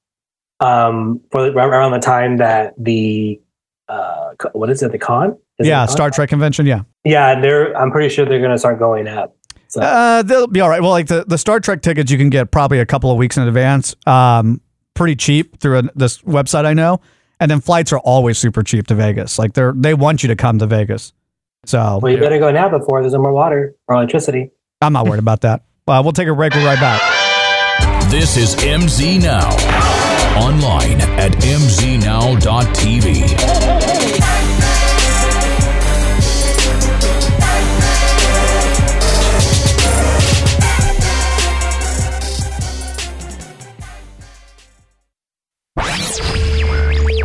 Speaker 7: um for the- around the time that the uh co- what is it the con Is it
Speaker 5: yeah,
Speaker 7: the con?
Speaker 5: Star Trek convention. Yeah.
Speaker 7: yeah they're I'm pretty sure they're gonna start going up so
Speaker 5: Uh, they'll be all right. Well, like the, the Star Trek tickets, you can get probably a couple of weeks in advance. Um, pretty cheap through a, this website I know, and then flights are always super cheap to Vegas. Like they're they want you to come to Vegas, so
Speaker 7: well you better go now before there's no more water or electricity
Speaker 5: I'm not worried about that. Uh, we'll take a break. We'll be right back.
Speaker 1: This is MZ Now. Online at mznow.tv.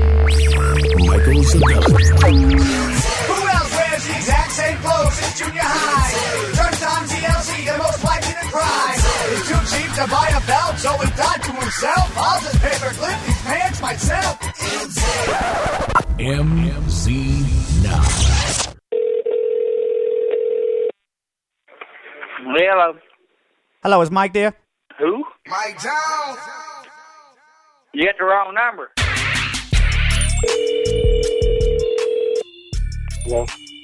Speaker 1: Michael Sabella.
Speaker 12: Who else wears the exact same clothes since junior high? Turns on TLC, they're most likely to cry. It's too cheap to buy a belt, so he thought to himself, I'll just paperclip these pants myself.
Speaker 1: MZ Now.
Speaker 11: Hello.
Speaker 5: Hello, is Mike there?
Speaker 11: Who?
Speaker 12: My down.
Speaker 11: You got the wrong number.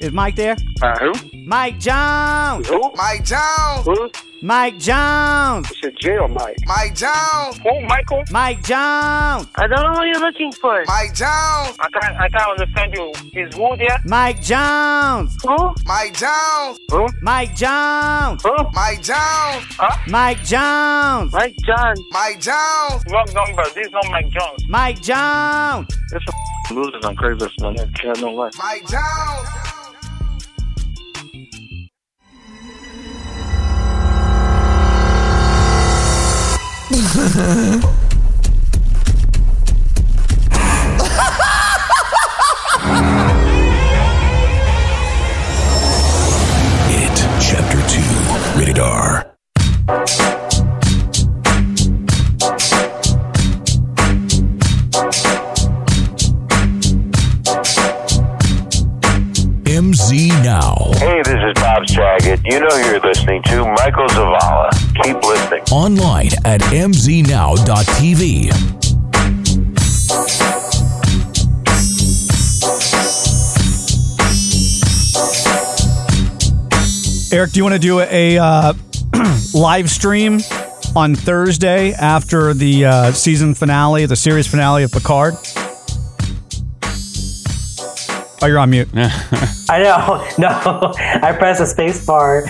Speaker 5: Is Mike there?
Speaker 11: Uh, who?
Speaker 5: Mike Jones.
Speaker 11: Who?
Speaker 12: My down.
Speaker 11: Who?
Speaker 5: Mike Jones.
Speaker 11: It's a jail, Mike.
Speaker 12: My down.
Speaker 11: Oh, Michael.
Speaker 5: Mike Jones.
Speaker 11: I don't know who you're looking for.
Speaker 12: My down.
Speaker 11: I can't. I can't understand you. Is who there?
Speaker 5: Mike Jones.
Speaker 11: Who?
Speaker 12: My down.
Speaker 11: Who?
Speaker 5: Mike Jones.
Speaker 11: Who?
Speaker 12: My down.
Speaker 5: Mike Jones.
Speaker 11: Mike John.
Speaker 12: My down.
Speaker 11: Wrong number. This is not Mike Jones.
Speaker 5: Mike Jones.
Speaker 11: It's a losers on Craigslist. Man. I can't know what.
Speaker 12: My down.
Speaker 1: It Chapter 2. Rated R. now
Speaker 3: Hey, this is Bob Saget. You know you're listening to Michael Zavala. Keep listening.
Speaker 1: online at mznow.tv.
Speaker 5: Eric, do you want to do a uh, *clears throat* live stream on Thursday after the uh, season finale, the series finale of Picard? Oh, you're on mute. *laughs* Uh,
Speaker 7: I know. *laughs* No, I pressed the space
Speaker 5: *laughs*
Speaker 7: bar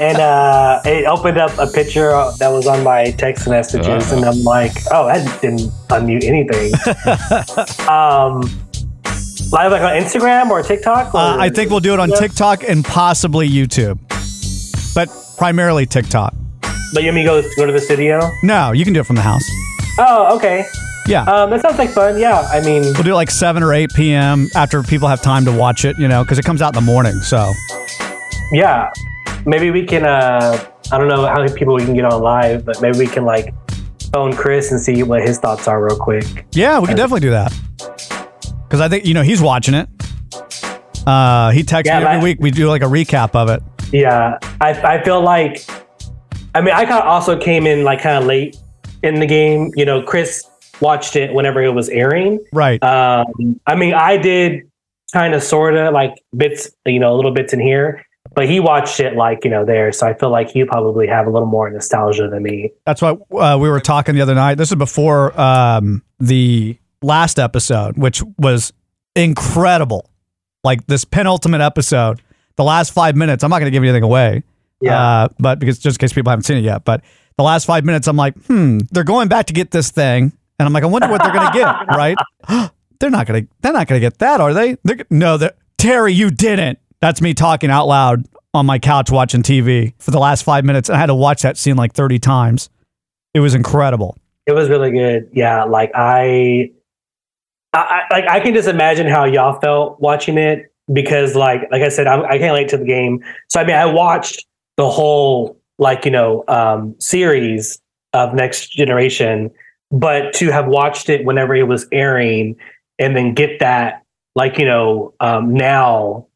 Speaker 7: and uh, it opened up a picture that was on my text messages,
Speaker 5: *laughs*
Speaker 7: and I'm like, oh, that didn't unmute anything. um, live like on Instagram or TikTok? Or
Speaker 5: Uh, I think we'll do it on
Speaker 7: Yeah.
Speaker 5: TikTok and possibly YouTube, but primarily TikTok.
Speaker 7: But you mean go go to the studio?
Speaker 5: No, you can do it from the house.
Speaker 7: Oh, okay.
Speaker 5: Yeah.
Speaker 7: Um, that sounds like fun. Yeah, I mean,
Speaker 5: We'll do like 7 or 8 p.m. after people have time to watch it, you know, because it comes out in the morning. So
Speaker 7: yeah. Maybe we can. Uh, I don't know how many people we can get on live, but maybe we can like phone Chris and see what his thoughts are real quick.
Speaker 5: Yeah, we can definitely do that. Because I think you know he's watching it. Uh, he texts
Speaker 7: Yeah,
Speaker 5: me every
Speaker 7: but-
Speaker 5: week. We do like a recap of it.
Speaker 7: Yeah, I, I feel like, I mean, I kind of also came in like kind of late in the game. You know, Chris watched it whenever it was airing.
Speaker 5: Right.
Speaker 7: Um, I mean, I did kind of, sort of, like bits, you know, little bits in here, but he watched it like, you know, there. So I feel like he probably have a little more nostalgia than me.
Speaker 5: That's why uh, we were talking the other night. This is before um, the last episode, which was incredible. Like this penultimate episode, the last five minutes. I'm not going to give anything away.
Speaker 7: Yeah.
Speaker 5: Uh, but because just in case people haven't seen it yet, but the last five minutes, I'm like, hmm, they're going back to get this thing, and I'm like, I wonder what they're going to get,
Speaker 7: *laughs*
Speaker 5: right? they're not going to. They're not going to get that, are they? They're, g- no, they're, Terry, you didn't. That's me talking out loud on my couch watching TV for the last five minutes. I had to watch that scene like 30 times. It was incredible.
Speaker 7: It was really good. Yeah, like I, I, I like I can just imagine how y'all felt watching it because, like, like I said, I'm, I can't relate to the game. So I mean, I watched the whole like you know um, series of Next Generation, but to have watched it whenever it was airing and then get that like you know um, now.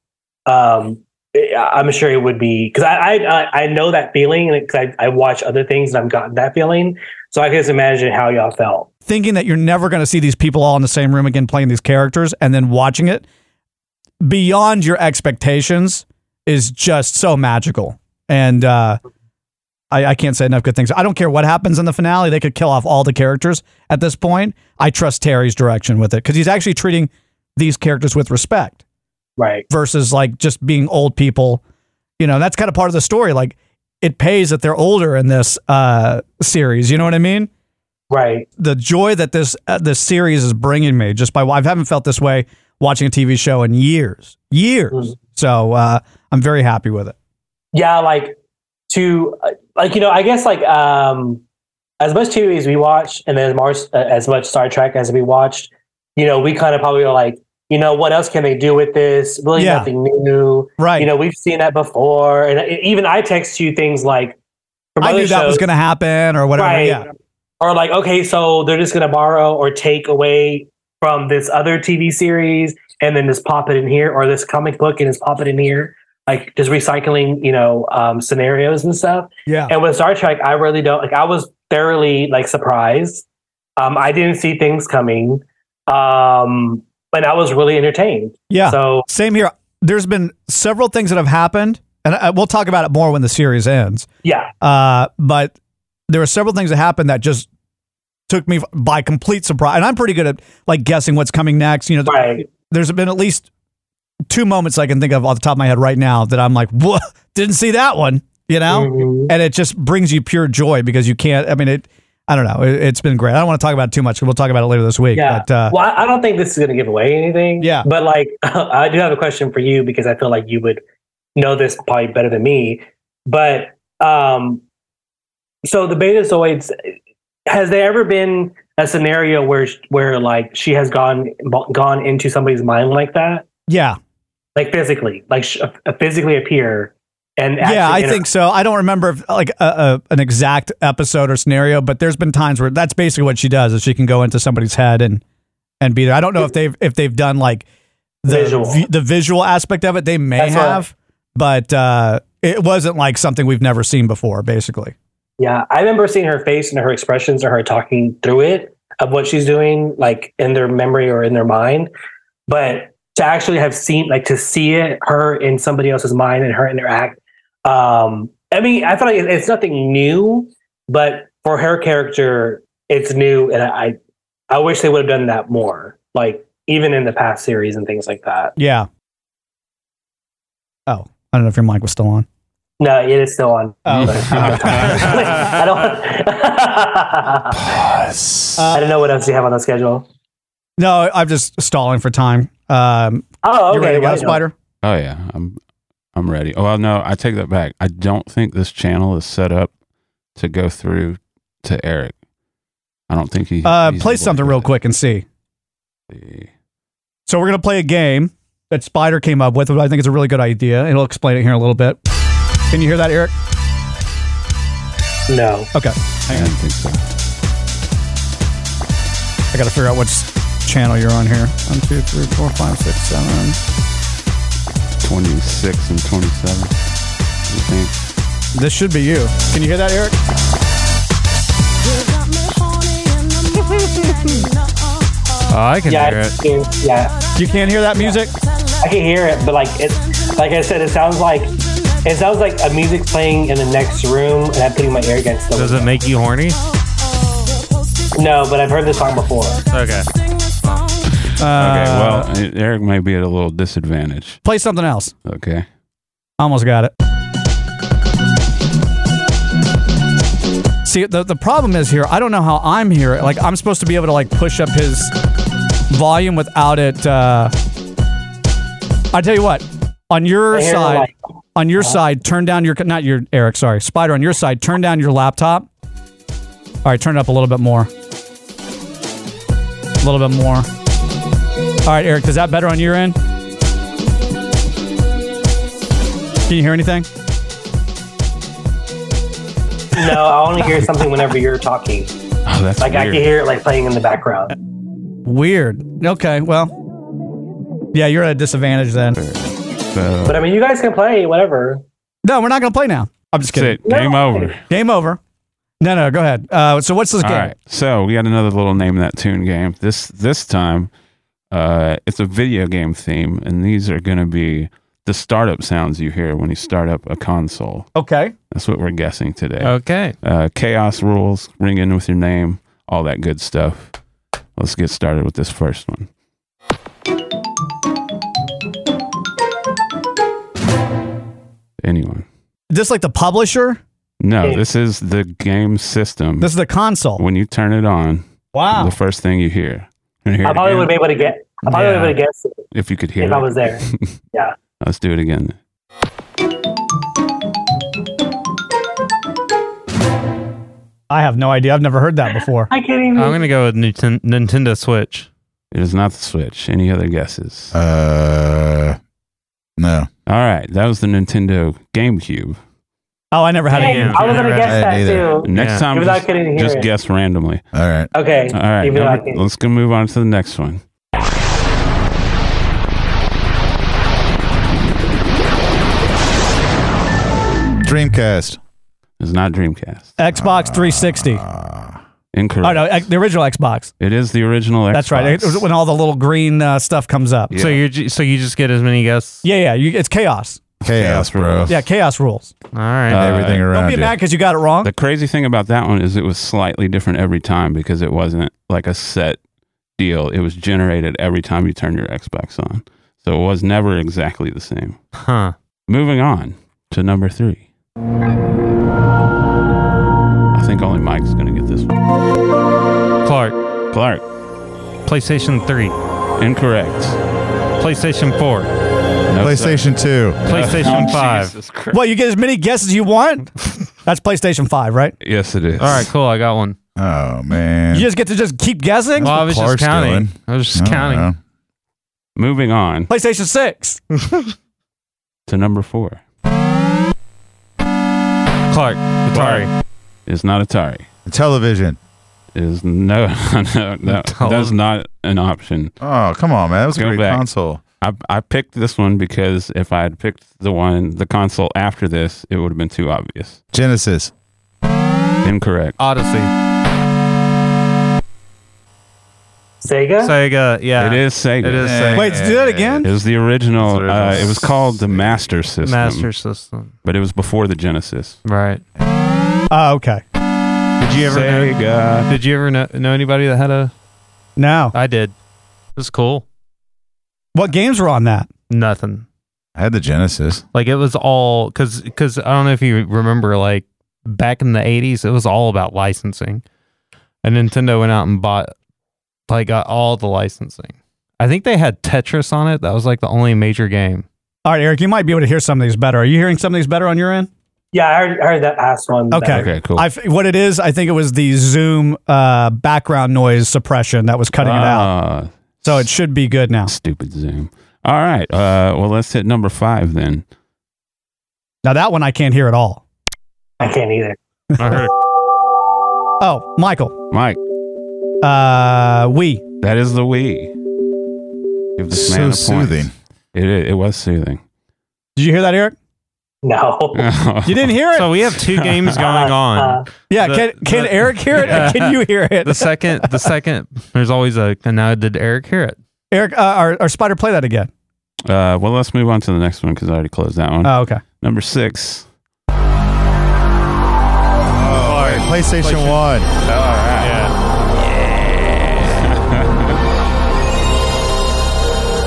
Speaker 7: Um, I- I'm sure it would be because I, I- I I know that feeling and 'cause I I watch other things and I've gotten that feeling, so I can just imagine how y'all felt.
Speaker 5: Thinking that you're never going to see these people all in the same room again playing these characters and then watching it beyond your expectations is just so magical. And uh, I, I can't say enough good things. I don't care what happens in the finale. They could kill off all the characters at this point. I trust Terry's direction with it because he's actually treating these characters with respect.
Speaker 7: Right.
Speaker 5: versus like just being old people. You know, that's kind of part of the story. Like it pays that they're older in this uh, series. You know what I mean?
Speaker 7: Right.
Speaker 5: The joy that this uh, this series is bringing me just by I haven't felt this way watching a TV show in years, years.
Speaker 7: Mm.
Speaker 5: So uh, I'm very happy with it.
Speaker 7: Yeah, like to like you know, I guess like um as much TV as we watched, and then as much uh, as much Star Trek as we watched, you know, we kind of probably were like, you know, what else can they do with this? Really,
Speaker 5: Yeah.
Speaker 7: nothing new.
Speaker 5: Right.
Speaker 7: You know, we've seen that before, and I- even I text you things like, from
Speaker 5: I
Speaker 7: other
Speaker 5: knew that was
Speaker 7: shows.
Speaker 5: going to happen or whatever.
Speaker 7: Right.
Speaker 5: Yeah.
Speaker 7: Or like, okay, so they're just gonna borrow or take away from this other TV series and then just pop it in here, or this comic book and just pop it in here. Like just recycling, you know, um, scenarios and stuff.
Speaker 5: *laughs* Yeah.
Speaker 7: And with Star Trek, I really don't like I was thoroughly like surprised. Um, I didn't see things coming. Um, and I was really entertained.
Speaker 5: Yeah.
Speaker 7: So
Speaker 5: Same here. There's been several things that have happened, and I, we'll talk about it more when the series ends.
Speaker 7: yeah.
Speaker 5: Uh, but there were several things that happened that just took me by complete surprise. And I'm pretty good at like guessing what's coming next. You know, th-
Speaker 7: Right.
Speaker 5: there's been at least two moments I can think of off the top of my head right now that I'm like, "Whoa, didn't see that one," you know.
Speaker 7: Mhm.
Speaker 5: And it just brings you pure joy because you can't. I mean, it. I don't know. It, it's been great. I don't want to talk about it too much. We'll talk about it later this week.
Speaker 7: Yeah.
Speaker 5: But uh,
Speaker 7: well, I I don't think this is going to give away anything.
Speaker 5: Yeah.
Speaker 7: But like, *laughs* I do have a question for you because I feel like you would know this probably better than me. But um, so the betazoids, has there ever been a scenario where where like she has gone gone into somebody's mind like that,
Speaker 5: yeah.
Speaker 7: like physically, like sh- physically appear? And
Speaker 5: yeah, I
Speaker 7: actually
Speaker 5: think so. I don't remember if, like a, a, an exact episode or scenario, but there's been times where that's basically what she does is she can go into somebody's head and and be there. I don't know if they've if they've done like the
Speaker 7: Visual.
Speaker 5: vi- the visual aspect of it. They may
Speaker 7: That's what-
Speaker 5: have, but uh, it wasn't like something we've never seen before. Basically,
Speaker 7: Yeah, I remember seeing her face and her expressions and her talking through it of what she's doing, like in their memory or in their mind. But to actually have seen, like to see it, her in somebody else's mind and her interact. Um, I mean, I feel like it- it's nothing new, but for her character, it's new, and I, I wish they would have done that more, like even in the past series and things like that.
Speaker 5: yeah. Oh, I don't know if your mic was still on.
Speaker 7: No, it is still on.
Speaker 5: Oh.
Speaker 7: uh, I don't. I don't know what else you have on the schedule.
Speaker 5: No, I'm just stalling for time. Um,
Speaker 7: Oh,
Speaker 5: you
Speaker 7: okay,
Speaker 5: ready to
Speaker 7: yeah,
Speaker 5: go,
Speaker 7: I know.
Speaker 5: Spider?
Speaker 6: Oh yeah, I'm I'm ready. Oh well, no, I take that back. I don't think this channel is set up to go through to Eric. I don't think he.
Speaker 5: Uh,
Speaker 6: he's
Speaker 5: play
Speaker 6: able to
Speaker 5: something
Speaker 6: do
Speaker 5: real
Speaker 6: that.
Speaker 5: quick and see. So we're gonna play a game that Spider came up with, but I think it's a really good idea. It'll explain it here in a little bit. Can you hear that, Eric?
Speaker 7: No.
Speaker 5: Okay.
Speaker 6: I don't think so.
Speaker 5: I gotta figure out which channel you're on here. One, two, three, four, five, six, seven.
Speaker 6: Twenty six and twenty seven. I think.
Speaker 5: This should be you. Can you hear that, Eric?
Speaker 8: Oh, I can
Speaker 7: Yeah,
Speaker 8: hear
Speaker 7: I
Speaker 8: it.
Speaker 7: can, yeah,
Speaker 5: You can't hear that music?
Speaker 7: I can hear it, but like it, like I said, it sounds like it sounds like a music playing in the next room, and I'm putting my ear against the
Speaker 8: Does it make you horny?
Speaker 7: No, but I've heard this song before.
Speaker 8: Okay.
Speaker 6: Okay. well, E- Eric may be at a little disadvantage.
Speaker 5: Uh, play something else.
Speaker 6: Okay.
Speaker 5: Almost got it. See, the, the problem is here, I don't know how I'm here. Like, I'm supposed to be able to, like, push up his volume without it, uh... I tell you what, on your
Speaker 7: I hear,
Speaker 5: side,
Speaker 7: like- uh-huh.
Speaker 5: on your side, turn down your, not your, Eric, sorry, Spider, on your side, turn down your laptop. All right, turn it up a little bit more. A little bit more. All right, Eric, does that better on your end? Can you hear anything?
Speaker 7: No, I only hear something whenever you're talking.
Speaker 6: Oh, that's
Speaker 7: Like I
Speaker 6: weird.
Speaker 7: can hear it like playing in the background.
Speaker 5: Weird. Okay, well. Yeah, you're at a disadvantage then.
Speaker 6: So,
Speaker 7: But I mean, you guys can play whatever.
Speaker 5: No, we're not going to play now. I'm just kidding.
Speaker 6: that's it. Game
Speaker 7: No.
Speaker 6: over.
Speaker 5: Game over. No, no, go ahead. Uh, so what's this
Speaker 6: All
Speaker 5: game?
Speaker 6: right. So we got another little name that tune game. This this time, uh, it's a video game theme, and these are going to be the startup sounds you hear when you start up a console.
Speaker 5: Okay.
Speaker 6: That's what we're guessing today.
Speaker 8: Okay.
Speaker 6: Uh, chaos rules, ring in with your name, all that good stuff. Let's get started with this first one. Anyone?
Speaker 5: This like the publisher?
Speaker 6: No, this is the game system.
Speaker 5: This is the console.
Speaker 6: when you turn it on,
Speaker 5: Wow.
Speaker 6: the first thing you hear. You hear
Speaker 7: I
Speaker 6: it
Speaker 7: probably
Speaker 6: again?
Speaker 7: would be able to get. I probably would have guessed it
Speaker 6: if you could hear
Speaker 7: if I
Speaker 6: it.
Speaker 7: was
Speaker 6: *laughs*
Speaker 7: there. Yeah.
Speaker 6: Let's do it again.
Speaker 5: I have no idea. I've never heard that before.
Speaker 7: I can't even.
Speaker 8: I'm gonna go with Nuten- Nintendo Switch.
Speaker 6: It is not the Switch. Any other guesses?
Speaker 9: Uh, no.
Speaker 6: All right, that was the Nintendo GameCube.
Speaker 5: Oh, I never had a
Speaker 7: Dang,
Speaker 5: game.
Speaker 8: Yeah.
Speaker 7: I was gonna
Speaker 8: Yeah,
Speaker 7: guess
Speaker 9: I
Speaker 7: that
Speaker 9: neither.
Speaker 7: too.
Speaker 6: Next
Speaker 8: Yeah.
Speaker 6: time,
Speaker 7: Even though I
Speaker 6: just,
Speaker 7: couldn't hear
Speaker 6: just
Speaker 7: it.
Speaker 6: guess randomly.
Speaker 9: All right.
Speaker 7: Okay.
Speaker 6: All right,
Speaker 7: Even though I
Speaker 6: number-
Speaker 7: can't-
Speaker 6: let's go move on to the next one.
Speaker 9: Dreamcast.
Speaker 6: It's not Dreamcast.
Speaker 5: Xbox 360.
Speaker 6: Incorrect.
Speaker 5: Oh no, ex- the original Xbox.
Speaker 6: It is the original Xbox.
Speaker 5: That's right. It was when all the little green uh, stuff comes up.
Speaker 8: So you are so you just get as many guesses.
Speaker 5: Yeah, yeah. You, it's chaos.
Speaker 9: Chaos, bro.
Speaker 6: rules.
Speaker 5: Yeah, chaos rules.
Speaker 8: All right.
Speaker 9: Everything around
Speaker 5: Uh, Don't be
Speaker 9: you.
Speaker 5: mad because you got it wrong.
Speaker 6: The crazy thing about that one is it was slightly different every time because it wasn't like a set deal. It was generated every time you turned your Xbox on. So it was never exactly the same.
Speaker 8: Huh.
Speaker 6: Moving on to number three. I think only Mike's going to get this one.
Speaker 8: Clark.
Speaker 6: Clark,
Speaker 8: PlayStation 3.
Speaker 6: incorrect.
Speaker 8: PlayStation 4.
Speaker 6: No sir.
Speaker 9: PlayStation 2.
Speaker 6: Oh,
Speaker 8: PlayStation 5.
Speaker 5: Well, you get as many guesses you want. *laughs* That's PlayStation 5, right?
Speaker 6: Yes, it is.
Speaker 8: All right. Cool. I got one.
Speaker 9: Oh, man.
Speaker 5: You just get to just keep guessing?
Speaker 8: Well, I was
Speaker 9: Clark's
Speaker 8: just counting.
Speaker 9: doing.
Speaker 8: I was
Speaker 9: I
Speaker 8: just
Speaker 9: don't
Speaker 8: counting.
Speaker 9: know.
Speaker 6: Moving on
Speaker 5: PlayStation 6.
Speaker 6: to number four.
Speaker 8: *laughs* Clark. Atari.
Speaker 6: It's not Atari.
Speaker 9: Television.
Speaker 6: It is no, *laughs* no, no.
Speaker 8: Tell-
Speaker 6: That's not an option.
Speaker 9: Oh, come on, man. That was a
Speaker 6: Go
Speaker 9: great
Speaker 6: back.
Speaker 9: console.
Speaker 6: I, I picked this one because if I had picked the one, the console after this, it would have been too obvious.
Speaker 9: Genesis.
Speaker 6: Incorrect.
Speaker 8: Odyssey.
Speaker 7: Sega.
Speaker 8: Sega. Yeah.
Speaker 6: It is Sega.
Speaker 8: It is Sega.
Speaker 5: Wait, do that again?
Speaker 6: It was the original. Uh, it was called the Master System.
Speaker 8: Master System.
Speaker 6: But it was before the Genesis.
Speaker 8: Right.
Speaker 5: Oh, okay.
Speaker 8: Did you ever know?
Speaker 6: Sega.
Speaker 8: Did you ever know, know anybody that had a?
Speaker 5: Now,
Speaker 8: I did. It was cool.
Speaker 5: what games were on that?
Speaker 8: Nothing.
Speaker 9: I had the Genesis.
Speaker 8: Like it was all because because I don't know if you remember like back in the eighties, it was all about licensing, and Nintendo went out and bought like got all the licensing. I think they had Tetris on it. That was like the only major game.
Speaker 5: All right, Eric, you might be able to hear some of these better. Are you hearing some of these better on your end?
Speaker 7: Yeah, I heard, I heard that last one.
Speaker 5: Okay.
Speaker 6: Okay, cool.
Speaker 5: I f- what it is, I think it was the Zoom uh, background noise suppression that was cutting it out.
Speaker 6: Ah,
Speaker 5: So it should be good now.
Speaker 6: Stupid Zoom. All right. Uh, well, let's hit number five then.
Speaker 5: Now that one I can't hear at all.
Speaker 7: I can't either.
Speaker 8: I
Speaker 7: *laughs*
Speaker 8: heard
Speaker 5: Oh, Michael.
Speaker 6: Mike,
Speaker 5: Uh, we.
Speaker 6: that is the Wii. Give this
Speaker 9: So
Speaker 6: man a point.
Speaker 9: soothing.
Speaker 6: It, it was soothing.
Speaker 5: Did you hear that, Eric?
Speaker 7: No.
Speaker 6: *laughs*
Speaker 7: Uh,
Speaker 5: You didn't hear it?
Speaker 8: So we have two
Speaker 7: *laughs*
Speaker 8: games going on.
Speaker 5: Uh, yeah.
Speaker 8: the-
Speaker 5: can can
Speaker 8: the-
Speaker 5: Eric hear it? Or can you
Speaker 8: *laughs*
Speaker 5: hear it?
Speaker 8: The second, the second, there's always a. And
Speaker 6: *laughs*
Speaker 8: now Uh, did Eric hear it?
Speaker 5: Eric, uh, or, or Spider, play that again.
Speaker 6: Uh, well, let's move on to the next one because I already closed that one.
Speaker 5: Oh, okay.
Speaker 6: Number six.
Speaker 9: Oh, PlayStation, 1.
Speaker 6: Oh,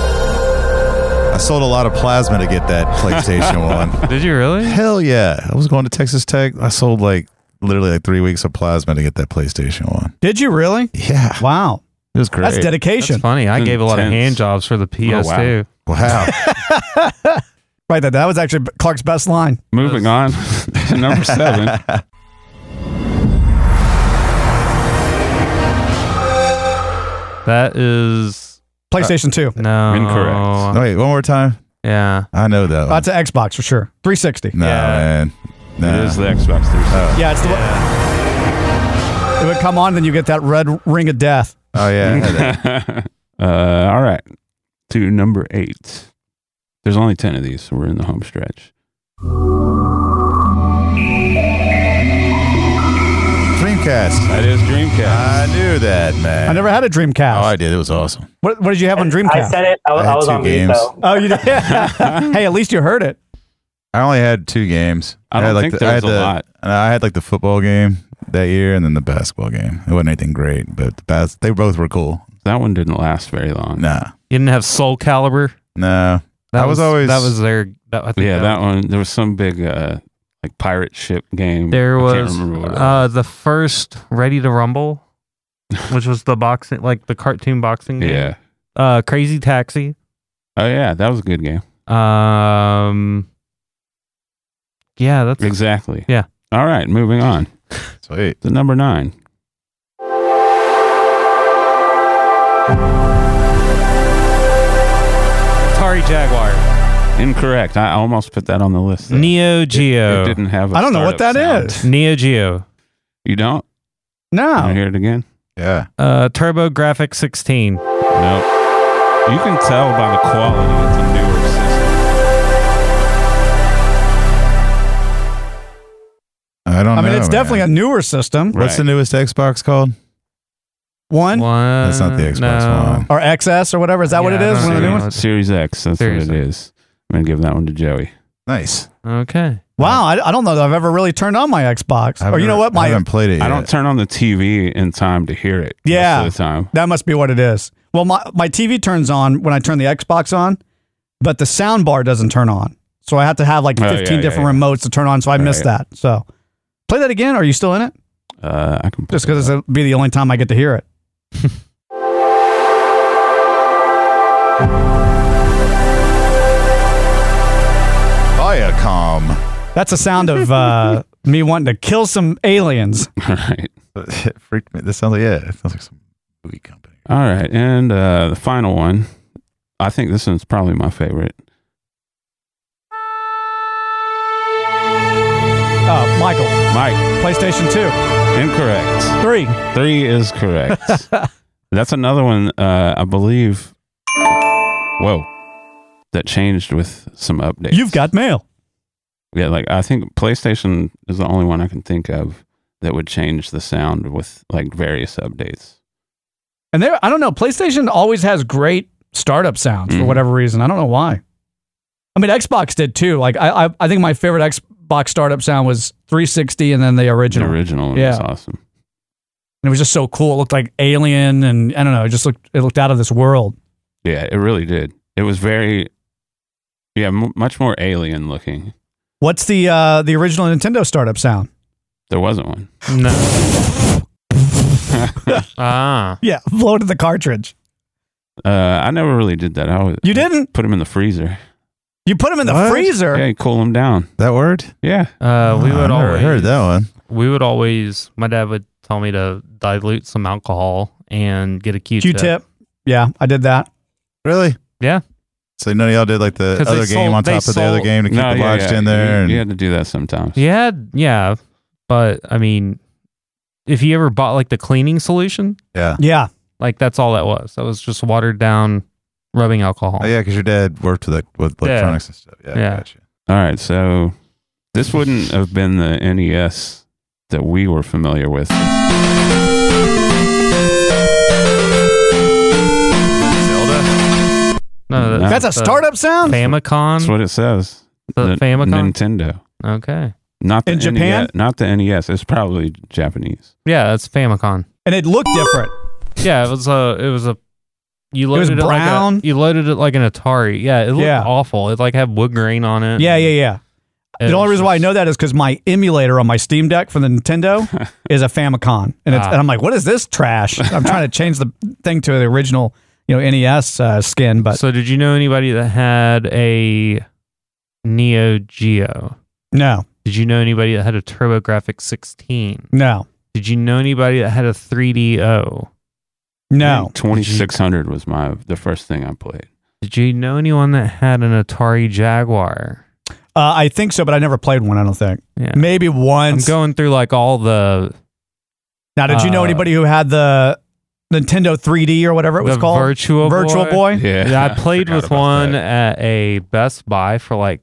Speaker 9: I sold a lot of plasma to get that
Speaker 8: *laughs*
Speaker 9: PlayStation 1.
Speaker 8: Did you really?
Speaker 9: Hell yeah. I was going to Texas Tech. I sold like literally like three weeks of plasma to get that PlayStation 1.
Speaker 5: Did you really?
Speaker 9: Yeah.
Speaker 5: Wow.
Speaker 9: It was great.
Speaker 5: That's dedication.
Speaker 8: That's funny.
Speaker 6: Hmm.
Speaker 8: I gave a lot of
Speaker 6: Intense.
Speaker 8: hand jobs for the PS2.
Speaker 6: Oh, wow.
Speaker 9: Wow.
Speaker 5: *laughs* Right. That, that was actually Clark's best line.
Speaker 6: *laughs* Moving on *laughs* to number seven.
Speaker 8: That is uh,
Speaker 5: PlayStation 2.
Speaker 8: no
Speaker 6: Incorrect.
Speaker 9: Wait, one more time.
Speaker 8: Yeah.
Speaker 9: I know that one.
Speaker 5: That's an Xbox for sure. 360.
Speaker 9: no, Oh. man. Oh. No.
Speaker 6: It is the Xbox 360.
Speaker 5: Yeah, it's the one. It would come on, then you get that red ring of death.
Speaker 9: *laughs* Oh,
Speaker 7: *laughs*
Speaker 9: yeah.
Speaker 6: *laughs* uh, all right. To number eight. There's only 10 of these, so we're in the home stretch.
Speaker 9: Dreamcast.
Speaker 6: That is Dreamcast.
Speaker 9: I knew that, man.
Speaker 5: I never had a
Speaker 9: Oh,
Speaker 5: Dreamcast.
Speaker 9: I did. It was awesome.
Speaker 5: what, what did you have on Dreamcast?
Speaker 7: I said it. I, was-
Speaker 9: I
Speaker 7: I
Speaker 9: had
Speaker 7: was
Speaker 9: two
Speaker 7: on mute
Speaker 9: games.
Speaker 7: though.
Speaker 5: Oh,
Speaker 7: *laughs*
Speaker 5: you did. *laughs* hey, at least you heard it.
Speaker 9: I only had two games.
Speaker 6: I don't
Speaker 9: had, like,
Speaker 6: think
Speaker 9: the, I
Speaker 6: there's
Speaker 9: had
Speaker 6: a
Speaker 9: the-
Speaker 6: lot.
Speaker 9: I had like the football game that year and then the basketball game. It wasn't anything great, but the bas- they both were cool.
Speaker 6: That one didn't last very long.
Speaker 9: Nah.
Speaker 8: You didn't have Soul Caliber.
Speaker 9: No. That was always-
Speaker 8: that was their that, I think
Speaker 6: Yeah, that one. There was some big uh, like pirate ship game.
Speaker 8: There
Speaker 6: I can't
Speaker 8: was
Speaker 6: remember what it
Speaker 8: uh, the first Ready to Rumble, which was the boxing like the cartoon boxing. Game.
Speaker 6: Yeah.
Speaker 8: Uh, Crazy Taxi.
Speaker 6: Oh yeah, that was a good game.
Speaker 8: Um. Yeah, that's
Speaker 6: Exactly.
Speaker 8: Yeah.
Speaker 6: All right, moving on.
Speaker 9: Sweet.
Speaker 6: The number nine.
Speaker 8: Atari Jaguar.
Speaker 6: Incorrect. I almost put that on the list. though.
Speaker 8: Neo
Speaker 6: It
Speaker 8: Geo.
Speaker 6: didn't have. I
Speaker 5: I don't know what that is.
Speaker 8: Neo Geo.
Speaker 6: You don't. You wanna
Speaker 5: No.
Speaker 6: hear it again.
Speaker 9: Yeah.
Speaker 8: Uh, Turbo Graphic 16.
Speaker 6: Nope. You can tell by the quality it's a newer system.
Speaker 9: I don't
Speaker 5: I
Speaker 9: know.
Speaker 5: mean, it's
Speaker 9: man.
Speaker 5: definitely a newer system.
Speaker 9: What's the
Speaker 6: Right.
Speaker 9: newest Xbox called?
Speaker 5: One
Speaker 9: That's not the
Speaker 6: Uh,
Speaker 9: Xbox
Speaker 8: no.
Speaker 9: One.
Speaker 5: or XS or whatever. Is that what it
Speaker 8: Yeah, I
Speaker 5: is?
Speaker 8: don't
Speaker 5: One of the
Speaker 8: know.
Speaker 5: new ones?
Speaker 8: one?
Speaker 6: Series X. That's
Speaker 8: Series
Speaker 6: what it
Speaker 8: X.
Speaker 6: is. I'm gonna give that one to Joey.
Speaker 9: Nice.
Speaker 8: Okay.
Speaker 5: Wow. I, I don't know that I've ever really turned on my Xbox.
Speaker 9: I've
Speaker 5: Or you know
Speaker 9: never-
Speaker 5: what?
Speaker 9: I
Speaker 5: My
Speaker 9: haven't played it. Yet.
Speaker 6: I don't turn on the TV in time to hear it. most
Speaker 5: Yeah.
Speaker 6: of the time.
Speaker 5: That must be what it is. Well, my, my TV turns on when I turn the Xbox on, but the sound bar doesn't turn on. So I have to have like
Speaker 6: Oh, yeah,
Speaker 5: 15
Speaker 6: yeah,
Speaker 5: different remotes to turn on. So I missed that. So play that again. Are you still in it?
Speaker 6: Uh, I can.
Speaker 5: Just because it'll be the only time I get to hear it.
Speaker 9: Viacom.
Speaker 5: That's a sound
Speaker 6: *laughs*
Speaker 5: of uh, me wanting to kill some aliens.
Speaker 6: All right.
Speaker 9: it freaked me. This sounds like yeah. It sounds like some movie company.
Speaker 6: All right. And uh, the final one. I think this one's probably my favorite.
Speaker 5: Oh, Michael,
Speaker 6: Mike,
Speaker 5: PlayStation 2,
Speaker 6: incorrect.
Speaker 5: 3.
Speaker 6: Three is
Speaker 5: *laughs*
Speaker 6: correct. That's another one. Uh, I believe. Whoa! that changed with some updates.
Speaker 5: You've got mail.
Speaker 6: Yeah, like I think PlayStation is the only one I can think of that would change the sound with like various updates.
Speaker 5: And they, I don't know, PlayStation always has great startup sounds
Speaker 6: Mm-hmm.
Speaker 5: for whatever reason. I don't know why. I mean, Xbox did too. Like, I, I, I think my favorite Xbox startup sound was 360 and then the
Speaker 6: The
Speaker 5: original.
Speaker 6: original
Speaker 5: Yeah.
Speaker 6: yeah. was awesome.
Speaker 5: And it was just so cool. It looked like Alien, and I don't know, it just looked, it looked out of this world.
Speaker 6: Yeah, it really did. It was very, yeah, m- much more alien looking.
Speaker 5: What's the uh, the original Nintendo startup sound?
Speaker 6: There wasn't one. *laughs*
Speaker 8: No. ah.
Speaker 5: Yeah, floated the cartridge.
Speaker 6: Uh, I never really did that. I always
Speaker 5: You didn't?
Speaker 6: put them in the freezer.
Speaker 5: You put them in the
Speaker 9: What?
Speaker 5: freezer.
Speaker 6: Yeah, you cool them down.
Speaker 9: That word?
Speaker 6: Yeah.
Speaker 8: Uh, we would
Speaker 9: Oh, I never
Speaker 8: always
Speaker 9: heard that one.
Speaker 8: We would always. My dad would tell me to dilute some alcohol and get a Q-tip.
Speaker 5: Q-tip. Yeah, I did that.
Speaker 9: Really?
Speaker 8: Yeah.
Speaker 9: So none of y'all did like the
Speaker 8: 'Cause they
Speaker 9: other game
Speaker 8: sold-
Speaker 9: on
Speaker 8: they
Speaker 9: top of the other
Speaker 8: sold-
Speaker 9: game to keep
Speaker 6: No,
Speaker 9: it
Speaker 6: yeah,
Speaker 9: lodged
Speaker 6: yeah.
Speaker 9: in there.
Speaker 6: You,
Speaker 9: and-
Speaker 6: you had to do that sometimes.
Speaker 8: Yeah. Yeah. But I mean, if you ever bought like the cleaning solution,
Speaker 9: yeah.
Speaker 5: Yeah.
Speaker 8: like that's all that was. That was just watered down rubbing alcohol.
Speaker 9: Oh yeah, because your dad worked with with
Speaker 8: Yeah.
Speaker 9: electronics and stuff. Yeah,
Speaker 8: Yeah.
Speaker 9: gotcha.
Speaker 6: All right, so this wouldn't have been the NES that we were familiar with.
Speaker 9: Zelda.
Speaker 8: No, that-
Speaker 5: That's a
Speaker 8: the
Speaker 5: startup sound?
Speaker 8: Famicom.
Speaker 6: That's what it says.
Speaker 8: The Famicom?
Speaker 6: Nintendo.
Speaker 8: Okay.
Speaker 6: Not the
Speaker 5: In
Speaker 6: NES,
Speaker 5: Japan?
Speaker 6: Not the NES. It's probably Japanese.
Speaker 8: Yeah, that's Famicom.
Speaker 5: And it looked different.
Speaker 8: Yeah, it was a. It was a. You
Speaker 5: was
Speaker 8: loaded it,
Speaker 5: brown.
Speaker 8: like a, you loaded it like an Atari. Yeah, it looked
Speaker 5: Yeah.
Speaker 8: awful. It like had wood grain on it.
Speaker 5: Yeah, yeah, yeah.
Speaker 8: Uh-uh. It
Speaker 5: the only
Speaker 8: was
Speaker 5: reason why I
Speaker 8: just-
Speaker 5: know that is because my emulator on my Steam Deck for
Speaker 8: *laughs*
Speaker 5: the Nintendo is a Famicom, and, it's,
Speaker 8: Ah.
Speaker 5: and I'm like, what is this
Speaker 8: *laughs*
Speaker 5: trash? I'm trying to change the thing to the original, you know, NES uh, skin, but
Speaker 8: So did you know anybody that had a Neo Geo?
Speaker 5: no,
Speaker 8: Did you know anybody that had a TurboGrafx 16?
Speaker 5: no,
Speaker 8: Did you know anybody that had a 3DO?
Speaker 5: no.
Speaker 6: Twenty six hundred was my the first thing I played.
Speaker 8: Did you know anyone that had an Atari Jaguar?
Speaker 5: Uh, I think so, but I never played one. I don't think.
Speaker 8: Yeah.
Speaker 5: Maybe
Speaker 8: I'm
Speaker 5: once.
Speaker 8: going through like all the
Speaker 5: now, did you know
Speaker 8: uh,
Speaker 5: anybody who had the Nintendo 3D or whatever it was
Speaker 8: the
Speaker 5: called?
Speaker 8: Virtual
Speaker 5: Virtual Boy.
Speaker 6: Yeah, *laughs*
Speaker 8: Yeah, I played
Speaker 6: forgot
Speaker 8: with
Speaker 6: about
Speaker 8: one
Speaker 6: that.
Speaker 8: at a Best Buy for like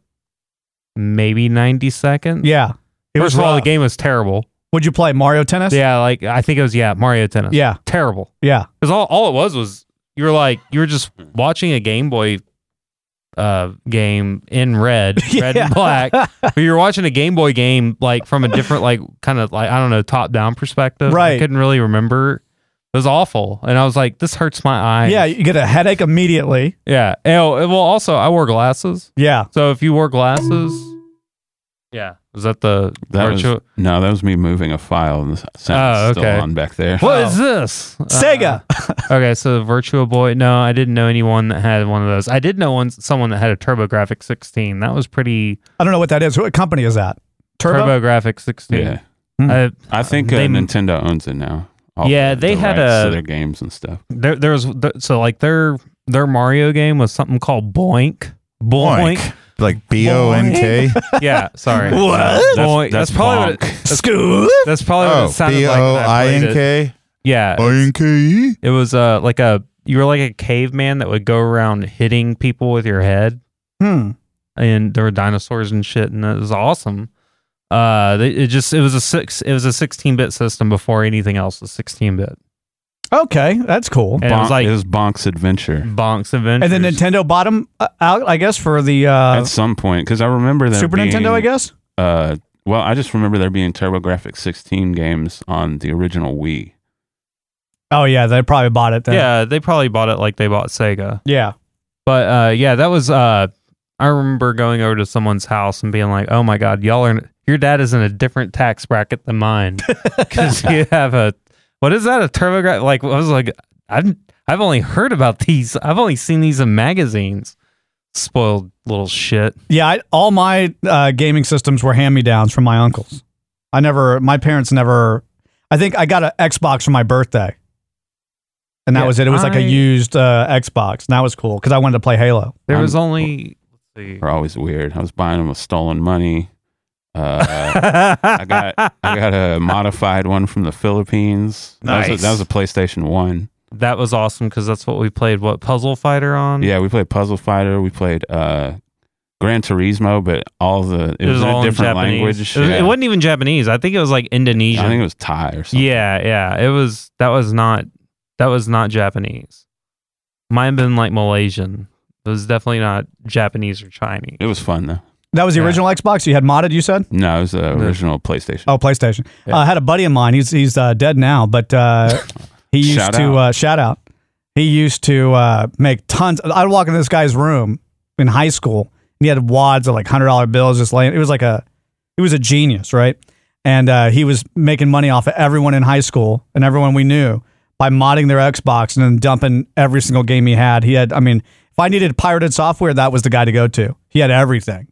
Speaker 8: maybe 90 seconds.
Speaker 5: Yeah. It
Speaker 8: First
Speaker 5: was
Speaker 8: of all, the
Speaker 5: rough.
Speaker 8: game was terrible.
Speaker 5: Would you play Mario Tennis?
Speaker 8: Yeah, like I think it was yeah, Mario Tennis.
Speaker 5: Yeah.
Speaker 8: Terrible.
Speaker 5: Yeah.
Speaker 8: Because all, all it was was you were like you were just watching a Game Boy uh game in
Speaker 5: *laughs*
Speaker 8: red, red and black. but you're watching a Game Boy game like from a different like kind of like I don't know, top down perspective.
Speaker 5: Right.
Speaker 8: I couldn't really remember. It was awful. And I was like, this hurts my eyes.
Speaker 5: Yeah. You get a headache immediately.
Speaker 8: Yeah. Oh, well also I wore glasses.
Speaker 5: Yeah.
Speaker 8: So if you wore glasses Yeah. Was that the
Speaker 6: That was,
Speaker 8: virtual
Speaker 6: no, that was me moving a file and the sound
Speaker 8: Oh,
Speaker 6: was still
Speaker 8: okay.
Speaker 6: on back there.
Speaker 8: What is this?
Speaker 5: Oh. Sega.
Speaker 8: Uh, okay, so Virtua Boy. No, I didn't know anyone that had one of those. I did know one someone that had a TurboGrafx 16. That was pretty
Speaker 5: I don't know what that is. What company is that? Turbo. Hmm.
Speaker 8: TurboGrafx 16.
Speaker 6: Yeah,
Speaker 8: Uh,
Speaker 6: I think uh,
Speaker 8: They-
Speaker 6: Nintendo owns it now. All
Speaker 8: Yeah,
Speaker 6: the-
Speaker 8: they
Speaker 6: the
Speaker 8: had
Speaker 6: rights
Speaker 8: a-
Speaker 6: to their games and stuff.
Speaker 8: there, there was th- so like their their Mario game was something called Boink. Boink.
Speaker 9: Boink. Like B O N K.
Speaker 8: *laughs* Yeah, sorry.
Speaker 5: What?
Speaker 8: That's, Boink.
Speaker 6: That's-
Speaker 8: That's, probably what it,
Speaker 6: bonk.
Speaker 5: Scoop.
Speaker 8: that's probably what
Speaker 9: Oh,
Speaker 8: it sounded
Speaker 9: B
Speaker 8: like.
Speaker 9: O
Speaker 8: when I
Speaker 9: I
Speaker 8: played
Speaker 9: N
Speaker 8: it.
Speaker 9: K.
Speaker 8: Yeah.
Speaker 9: I N K E.
Speaker 8: It was uh like a you were like a caveman that would go around hitting people with your head.
Speaker 5: Hmm.
Speaker 8: and there were dinosaurs and shit, and it was awesome. Uh, they, it just it was a six it was a sixteen bit system before anything else was sixteen bit,
Speaker 5: Okay, that's cool.
Speaker 8: and it was
Speaker 6: Bonk-
Speaker 8: like
Speaker 6: it was Bonk's Adventure.
Speaker 8: Bonk's Adventure.
Speaker 5: And then Nintendo bought them out, I guess, for the uh,
Speaker 6: At some point, because I remember that
Speaker 5: Super
Speaker 6: being,
Speaker 5: Nintendo. I guess.
Speaker 6: uh, well, I just remember there being TurboGrafx 16 games on the original Wii.
Speaker 5: Oh yeah, they probably bought it then.
Speaker 8: yeah, Uh, they probably bought it like they bought Sega,
Speaker 5: yeah.
Speaker 8: but uh, yeah, that was uh, I remember going over to someone's house and being like, oh my god, y'all are in- your dad is in a different tax bracket than mine because you have a what is that a TurboGrafx? Like I was like I've I've only heard about these, I've only seen these in magazines. Spoiled little shit.
Speaker 5: Yeah, I, all my uh, gaming systems were hand me downs from my uncles. I never, my parents never. I think I got an Xbox for my birthday, and that
Speaker 8: Yeah,
Speaker 5: was it. It was like
Speaker 8: I-
Speaker 5: a used uh, Xbox, and that was cool because I wanted to play Halo.
Speaker 8: There
Speaker 6: I'm-
Speaker 8: was only. Let's see.
Speaker 6: They're always weird. I was buying them with stolen money. Uh,
Speaker 8: *laughs*
Speaker 6: I got I got a modified one from the Philippines. That was a, that was a PlayStation One.
Speaker 8: that was awesome because that's what we played. What Puzzle Fighter on?
Speaker 6: Yeah, we played Puzzle Fighter. We played uh, Gran Turismo, but all the it,
Speaker 8: It was
Speaker 6: was, in
Speaker 8: all
Speaker 6: a
Speaker 8: in
Speaker 6: different
Speaker 8: Japanese.
Speaker 6: language.
Speaker 8: It, was- it
Speaker 6: Yeah.
Speaker 8: wasn't even Japanese. I think it was like Indonesian.
Speaker 6: I think it was Thai or something.
Speaker 8: Yeah, yeah. It was that was not that was not Japanese. Might have been like Malaysian. It was definitely not Japanese or Chinese.
Speaker 6: It was fun though.
Speaker 5: That was the
Speaker 8: Yeah.
Speaker 5: original Xbox you had modded, you said?
Speaker 6: No, it was the original PlayStation.
Speaker 5: Oh, PlayStation. Uh, I had a buddy of mine. He's he's uh, dead now, but uh,
Speaker 6: *laughs*
Speaker 5: he used
Speaker 6: Shout
Speaker 5: to
Speaker 6: out.
Speaker 5: Uh, shout out. He used to uh, make tons. I'd walk into this guy's room in high school, and he had wads of like hundred dollar bills just laying. It was like a, he was a genius, right? And uh, he was making money off of everyone in high school and everyone we knew by modding their Xbox and then dumping every single game he had. He had, I mean, if I needed pirated software, that was the guy to go to. He had everything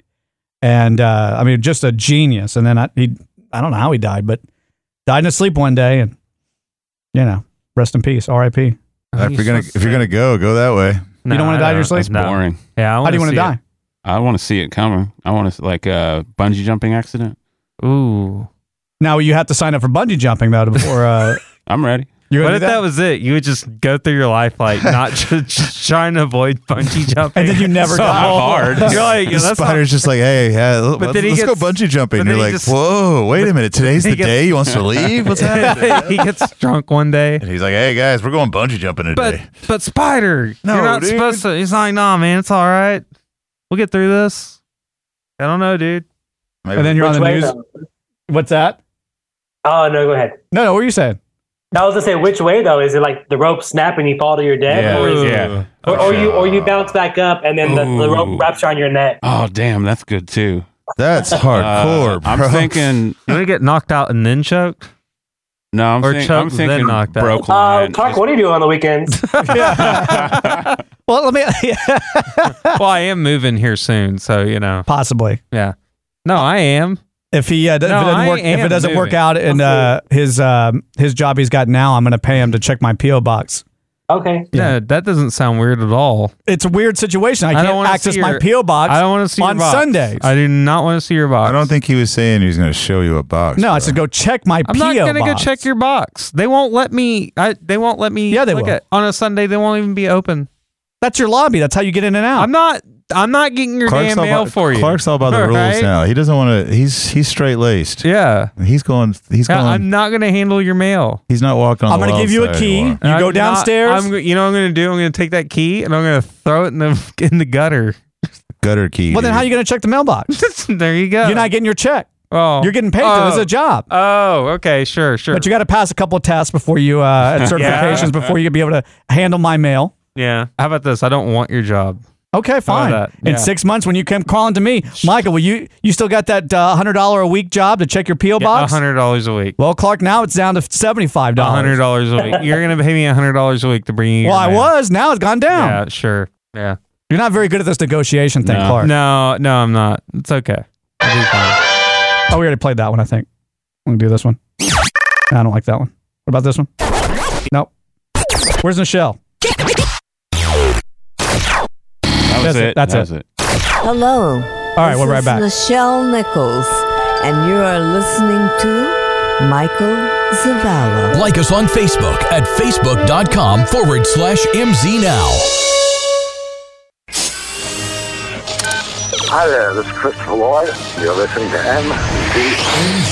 Speaker 5: and uh, I mean, just a genius. And then I, he, I don't know how he died, but died in his sleep one day, and you know, rest in peace, R.I.P.
Speaker 9: if you're gonna if you're gonna go, go that way.
Speaker 5: you don't want to die in your sleep?
Speaker 6: That's boring.
Speaker 8: Yeah.
Speaker 5: How do you want to die?
Speaker 6: I want to see it coming. I want to like a bungee jumping accident.
Speaker 8: Ooh.
Speaker 5: Now you have to sign up for bungee jumping though. Before uh,
Speaker 6: I'm ready.
Speaker 5: you're
Speaker 8: What
Speaker 5: gonna
Speaker 8: if
Speaker 5: do
Speaker 8: that?
Speaker 5: that,
Speaker 8: was it? You would just go through your life
Speaker 5: *laughs*
Speaker 8: like not just, just trying to avoid bungee jumping,
Speaker 5: and then you
Speaker 8: *laughs*
Speaker 5: never die.
Speaker 6: hard.
Speaker 8: You're like,
Speaker 9: the
Speaker 8: yeah, that's
Speaker 9: spider's just like, hey, yeah, let's,
Speaker 8: But then he
Speaker 9: let's
Speaker 8: gets-
Speaker 9: go bungee
Speaker 8: but
Speaker 9: jumping.
Speaker 8: then
Speaker 9: You're
Speaker 8: he
Speaker 9: like,
Speaker 8: gets-
Speaker 9: whoa, wait a minute, today's
Speaker 8: he
Speaker 9: the
Speaker 8: gets-
Speaker 9: day he
Speaker 8: *laughs*
Speaker 9: wants to leave. What's happening?
Speaker 8: not, he gets drunk one day.
Speaker 9: And he's like, hey guys, we're going bungee jumping today.
Speaker 8: But but Spider,
Speaker 9: No,
Speaker 8: you're not
Speaker 9: dude.
Speaker 8: supposed to. He's like, nah, man, it's all right. We'll get through this. I don't know, dude.
Speaker 9: Maybe-
Speaker 5: And then you're on the
Speaker 7: Which way,
Speaker 5: news.
Speaker 7: though?
Speaker 5: What's that?
Speaker 7: Oh no, go ahead.
Speaker 5: No, no. What are you saying?
Speaker 7: I was gonna say, which way though? Is it like the rope snap and you fall to your death,
Speaker 6: Yeah.
Speaker 7: or, is it,
Speaker 6: Yeah.
Speaker 7: or, or you or you bounce back up and then the, the
Speaker 6: Ooh.
Speaker 7: rope wraps around your neck?
Speaker 6: Oh damn, that's good too.
Speaker 9: That's
Speaker 6: Uh,
Speaker 9: hardcore, bro.
Speaker 6: I'm thinking.
Speaker 8: You want to get knocked out and then choked?
Speaker 6: No, I'm,
Speaker 8: Or
Speaker 6: think-
Speaker 8: choked,
Speaker 6: I'm
Speaker 8: then
Speaker 6: thinking
Speaker 8: knocked out.
Speaker 6: broke
Speaker 7: Uh,
Speaker 6: line.
Speaker 7: Clark, what do you do on the weekends?
Speaker 5: *laughs* Well, let me
Speaker 8: *laughs*
Speaker 5: *laughs*
Speaker 8: well, I am moving here soon, so you know.
Speaker 5: possibly
Speaker 8: Yeah. No, I am.
Speaker 5: if he uh, d-
Speaker 8: No,
Speaker 5: if it
Speaker 8: I
Speaker 5: doesn't work if
Speaker 8: am
Speaker 5: it doesn't work
Speaker 8: moving.
Speaker 5: out and uh, his um, his job he's got now, I'm gonna pay him to check my PO box.
Speaker 7: okay.
Speaker 8: Yeah, that doesn't sound weird at all.
Speaker 5: It's a weird situation. I
Speaker 8: I don't
Speaker 5: can't
Speaker 8: wanna see
Speaker 5: access my
Speaker 8: your-
Speaker 5: PO box.
Speaker 8: I don't want to see
Speaker 5: on
Speaker 8: your box.
Speaker 5: Sundays.
Speaker 8: I do not want to see your box.
Speaker 9: I don't think he was saying he was going to show you a box.
Speaker 5: No,
Speaker 9: bro.
Speaker 5: I said go check my
Speaker 8: I'm
Speaker 5: PO
Speaker 8: not gonna
Speaker 5: box.
Speaker 8: go check your box. They won't let me. I. They won't let me.
Speaker 5: Yeah, they
Speaker 8: look
Speaker 5: will.
Speaker 8: at- on a Sunday. They won't even be open.
Speaker 5: That's your lobby. That's how you get in and out.
Speaker 8: I'm not. I'm not getting your
Speaker 9: Clark's
Speaker 8: damn
Speaker 9: all
Speaker 8: mail
Speaker 9: about-
Speaker 8: for you.
Speaker 9: Clark's all about the
Speaker 8: *laughs* All
Speaker 9: rules
Speaker 8: right?
Speaker 9: now. He doesn't want to. He's he's straight laced.
Speaker 8: Yeah.
Speaker 9: He's going. He's
Speaker 8: Yeah,
Speaker 9: going.
Speaker 8: I'm not gonna handle your mail.
Speaker 9: he's not walking on.
Speaker 5: I'm
Speaker 9: the
Speaker 5: gonna
Speaker 9: wild
Speaker 5: give you a
Speaker 9: side
Speaker 5: key.
Speaker 9: anymore.
Speaker 5: You
Speaker 8: I'm
Speaker 5: go
Speaker 8: not-
Speaker 5: downstairs?
Speaker 8: I'm, go- you know what I'm gonna do? I'm gonna take that key and I'm gonna throw it in the *laughs* in the gutter.
Speaker 9: Gutter key.
Speaker 5: well, then how are you going to check the mailbox?
Speaker 8: *laughs* there you go.
Speaker 5: You're not getting your check.
Speaker 8: Oh,
Speaker 5: You're getting paid.
Speaker 8: Oh.
Speaker 5: though. This is a job.
Speaker 8: Oh, okay, sure, sure.
Speaker 5: But you got to pass a couple of tests before
Speaker 8: *laughs*
Speaker 5: you uh, and certifications before you can be able to handle my mail.
Speaker 8: yeah. How about this? I don't want your job.
Speaker 5: Okay, fine.
Speaker 8: that. Yeah.
Speaker 5: In six months, when you come calling to me, Michael, will you you still got that uh, hundred dollar a week job to check your PO
Speaker 8: Yeah,
Speaker 5: box?
Speaker 8: hundred dollars a week.
Speaker 5: well, Clark, now it's down to seventy five
Speaker 8: hundred
Speaker 5: dollars.
Speaker 8: dollars a
Speaker 5: *laughs*
Speaker 8: week. You're gonna pay me hundred dollars a week to bring you.
Speaker 5: Well,
Speaker 8: your
Speaker 5: I
Speaker 8: mail.
Speaker 5: was. Now it's gone down.
Speaker 8: Yeah, sure. Yeah.
Speaker 5: You're not very good at this negotiation thing,
Speaker 6: No.
Speaker 5: Clark.
Speaker 8: No, no, I'm not. It's okay. I'll be fine.
Speaker 5: Oh, we already played that one. I think. I'm gonna do this one. No, I don't like that one. What about this one? Nope. Where's Michelle?
Speaker 6: That was
Speaker 5: That's it.
Speaker 6: it.
Speaker 5: That's
Speaker 6: that
Speaker 5: it.
Speaker 6: Was it.
Speaker 13: Hello.
Speaker 5: All right, we're right back.
Speaker 13: Michelle Nichols, and you are listening to Michael Zavala.
Speaker 1: Like us on Facebook at facebook.com forward slash MZ Now.
Speaker 11: Hi there, this is Christopher Lloyd. You're listening to MC.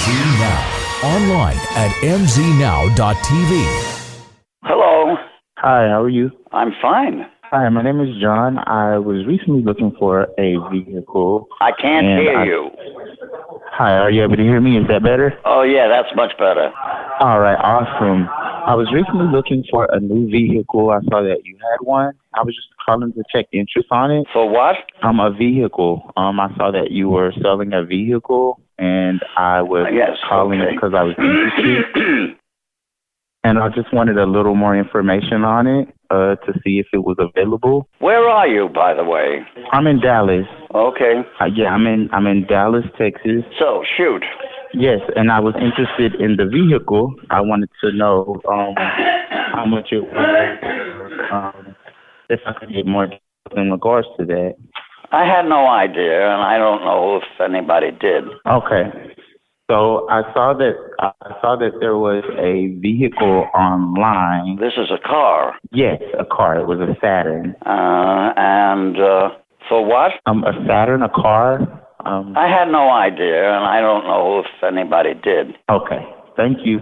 Speaker 1: MZ Now. Online at mznow.tv.
Speaker 3: Hello.
Speaker 11: Hi, how are you?
Speaker 3: I'm fine.
Speaker 11: Hi, my name is John. I was recently looking for a vehicle.
Speaker 12: I can't
Speaker 11: And
Speaker 12: hear
Speaker 11: I-
Speaker 12: you.
Speaker 11: Hi, are you able to hear me? Is that better?
Speaker 12: Oh, yeah, that's much better.
Speaker 11: All right, awesome. I was recently looking for a new vehicle. I saw that you had one. I was just calling to check interest on it.
Speaker 12: For what?
Speaker 11: Um, a vehicle. Um, I saw that you were selling a vehicle, and I was
Speaker 12: Yes,
Speaker 11: calling
Speaker 12: okay.
Speaker 11: because I was interested.
Speaker 12: *clears throat*
Speaker 11: and I just wanted a little more information on it uh, to see if it was available.
Speaker 12: Where are you, by the way?
Speaker 11: I'm in Dallas.
Speaker 12: Okay.
Speaker 11: Uh, yeah, I'm in I'm in Dallas, Texas.
Speaker 12: So, shoot.
Speaker 11: Yes, and I was interested in the vehicle. I wanted to know um, how much it was. Um, if I could get more details in regards to that.
Speaker 3: I had no idea, and I don't know if anybody did.
Speaker 11: Okay. So I saw that I saw that there was a vehicle online.
Speaker 3: This is a car.
Speaker 11: Yes, a car. It was a Saturn.
Speaker 3: Uh, and uh, for what?
Speaker 11: Um, a Saturn, a car. Um,
Speaker 3: I had no idea, and I don't know if anybody did.
Speaker 11: Okay. Thank you.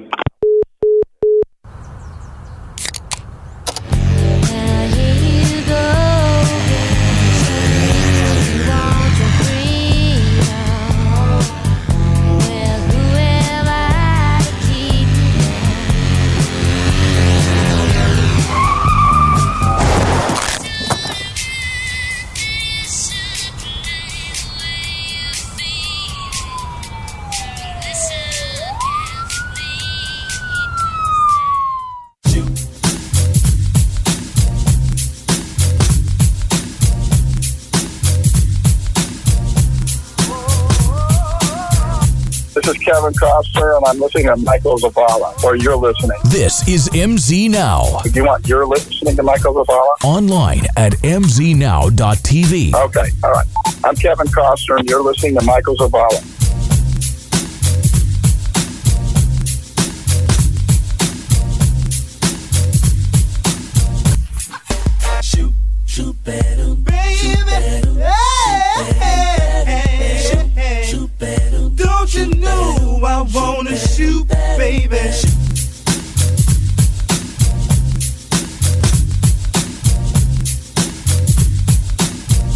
Speaker 10: This is Kevin Costner, and I'm listening to Michael Zavala, or you're listening.
Speaker 1: This is MZ Now.
Speaker 10: You want you're listening to Michael Zavala?
Speaker 1: Online at mznow.tv.
Speaker 10: Okay, all right. I'm Kevin Costner, and you're
Speaker 1: *laughs*
Speaker 10: listening to Michael Zavala.
Speaker 12: Shoot, shoot better, baby. Hey, hey, shoot better. Don't you know I wanna shoot, baby?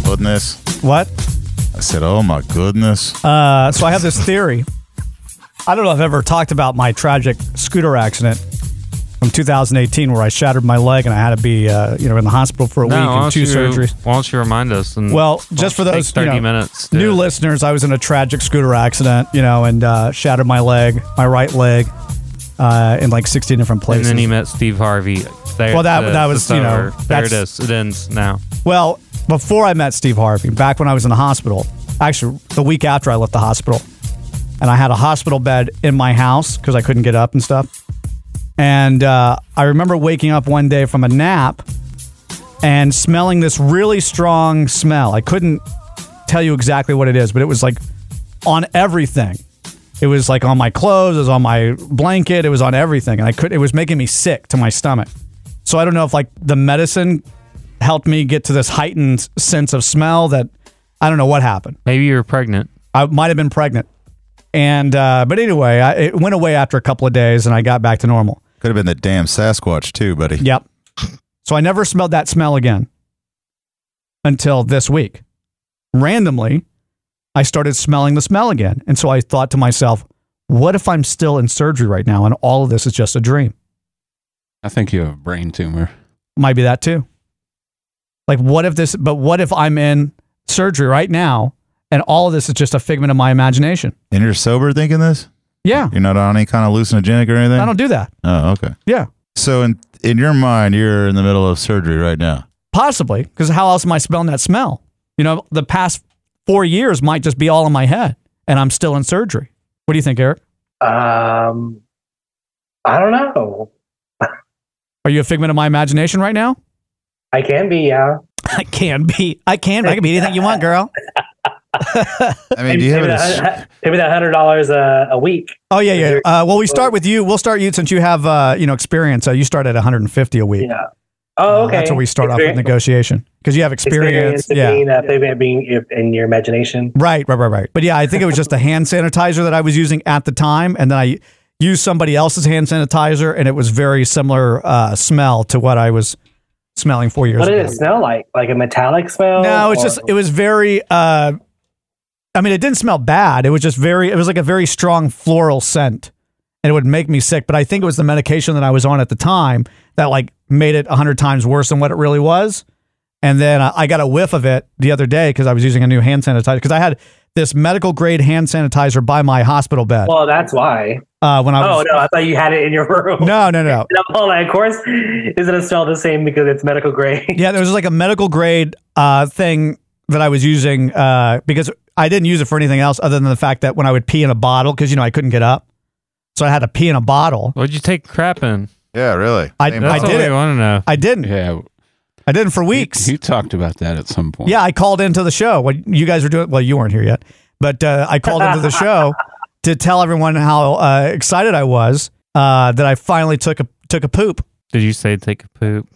Speaker 9: Goodness.
Speaker 5: What?
Speaker 9: I said, oh my goodness.
Speaker 5: Uh, so I have this theory. I don't know if I've ever talked about my tragic scooter accident from 2018, where I shattered my leg and I had to be, uh, you know, in the hospital for a
Speaker 8: No,
Speaker 5: week
Speaker 8: why
Speaker 5: and
Speaker 8: don't
Speaker 5: two
Speaker 8: you-
Speaker 5: surgeries.
Speaker 8: Why don't you remind us? And
Speaker 5: Well,
Speaker 8: why
Speaker 5: just for
Speaker 8: don't you
Speaker 5: those
Speaker 8: take thirty
Speaker 5: you know,
Speaker 8: minutes.
Speaker 5: new listeners, I was in a tragic scooter accident, you know, and uh, shattered my leg, my right leg, uh, in like 16 different
Speaker 8: And
Speaker 5: places.
Speaker 8: then he met Steve Harvey. There,
Speaker 5: Well, that-
Speaker 8: it is.
Speaker 5: that was,
Speaker 8: It's
Speaker 5: you know,
Speaker 8: over. there it
Speaker 5: that's-
Speaker 8: is. It ends now.
Speaker 5: Well, before I met Steve Harvey, back when I was in the hospital, actually the week after I left the hospital, and I had a hospital bed in my house because I couldn't get up and stuff. And uh, I remember waking up one day from a nap and smelling this really strong smell. I couldn't tell you exactly what it is, but it was like on everything. It was like on my clothes, it was on my blanket, it was on everything, and I could. It was making me sick to my stomach. So I don't know if like the medicine helped me get to this heightened sense of smell that I don't know what happened.
Speaker 8: Maybe you were pregnant.
Speaker 5: I might have been pregnant, and uh, but anyway, I, it went away after a couple of days, and I got back to normal.
Speaker 9: Could have been the damn Sasquatch too, buddy.
Speaker 5: Yep. So I never smelled that smell again until this week. Randomly, I started smelling the smell again. And so I thought to myself, what if I'm still in surgery right now and all of this is just a dream?
Speaker 6: I think you have a brain tumor.
Speaker 5: Might be that too. Like, what if this, but what if I'm in surgery right now and all of this is just a figment of my imagination?
Speaker 9: And you're sober thinking this?
Speaker 5: Yeah.
Speaker 9: You're not on any kind of hallucinogenic or anything?
Speaker 5: I don't do that.
Speaker 9: Oh, okay.
Speaker 5: Yeah.
Speaker 9: So in in your mind, you're in the middle of surgery right now.
Speaker 5: Possibly, because how else am I smelling that smell? You know, the past four years might just be all in my head and I'm still in surgery. What do you think, Eric?
Speaker 7: Um, I don't know.
Speaker 5: Are you a figment of my imagination right now?
Speaker 7: I can be, yeah.
Speaker 5: *laughs* I can be. I can. I can be anything you
Speaker 7: *laughs*
Speaker 5: want, girl.
Speaker 9: I
Speaker 5: mean, do you have
Speaker 7: maybe
Speaker 5: it as-
Speaker 7: that, hun- *laughs* maybe that hundred dollars a, a week?
Speaker 5: Oh yeah, yeah. Uh, well, we start with you. We'll start you since you have uh, you know experience. Uh, you start at 150 a week.
Speaker 7: Yeah. Oh, okay.
Speaker 5: uh, That's where we start off with
Speaker 7: Experience-
Speaker 5: negotiation because you have experience.
Speaker 7: Experience of
Speaker 5: yeah.
Speaker 7: being a figment of being if- in your imagination.
Speaker 5: Right, right, right, right. But yeah, I think it was just a hand sanitizer that I was using at the time, and then I used somebody else's hand sanitizer, and it was very similar uh, smell to what I was smelling four years
Speaker 7: What
Speaker 5: ago.
Speaker 7: did it smell like? Like a metallic smell?
Speaker 5: No, it's
Speaker 7: or-
Speaker 5: just it was very. Uh, I mean, it didn't smell bad. It was just very. It was like a very strong floral scent, and it would make me sick. But I think it was the medication that I was on at the time that like made it a hundred times worse than what it really was. And then I, I got a whiff of it the other day because I was using a new hand sanitizer because I had this medical grade hand sanitizer by my hospital bed
Speaker 7: Well, that's why.
Speaker 5: uh, when I
Speaker 7: oh
Speaker 5: was.
Speaker 7: no, I thought you had it in your *laughs* room.
Speaker 5: No,
Speaker 7: *laughs*
Speaker 5: no, no.
Speaker 7: And I'm all like, of course, is it smell the same because it's medical grade? *laughs*
Speaker 5: Yeah, there was like a medical grade uh, thing that I was using uh, because I didn't use it for anything else other than the fact that when I would pee in a bottle, because you know I couldn't get up, so I had to pee in a bottle.
Speaker 8: What'd you take crap in?
Speaker 9: Yeah, really.
Speaker 5: I-
Speaker 8: That's
Speaker 5: I
Speaker 8: what
Speaker 5: did
Speaker 8: we
Speaker 5: it.
Speaker 8: want to know.
Speaker 5: I didn't.
Speaker 6: Yeah.
Speaker 5: I didn't for weeks.
Speaker 6: You, talked about that at some
Speaker 8: *laughs*
Speaker 6: point.
Speaker 5: Yeah, I called into the show when you guys were doing. Well, you weren't here yet, but uh, I called into the show to tell everyone how uh, excited I was uh, that I finally took a took a poop.
Speaker 8: Did you say take a poop?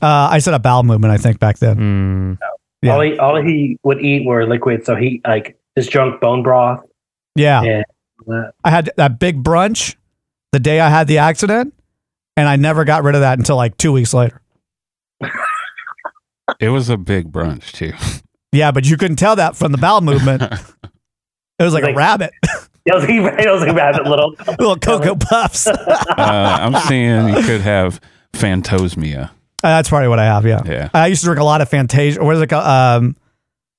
Speaker 5: Uh, I said a bowel movement, I think, back
Speaker 8: Hmm.
Speaker 5: then.
Speaker 7: All he all he would eat were liquids, so he like just drunk bone
Speaker 5: *laughs*
Speaker 7: broth.
Speaker 5: Yeah.
Speaker 7: and all that.
Speaker 5: I had that big brunch the day I had the accident, and I never got rid of that until like two weeks later.
Speaker 6: It was a big brunch too.
Speaker 5: Yeah, but you couldn't tell that from the
Speaker 6: *laughs*
Speaker 5: bowel movement. it was like, a rabbit.
Speaker 7: *laughs* It was, it was like rabbit
Speaker 5: *laughs*
Speaker 7: little
Speaker 5: little cocoa *laughs* puffs.
Speaker 6: Uh, I'm seeing you could have phantosmia.
Speaker 5: Uh, that's probably what I have. Yeah.
Speaker 6: Yeah.
Speaker 5: I used to drink a lot of Fantasia. What is it called? Um,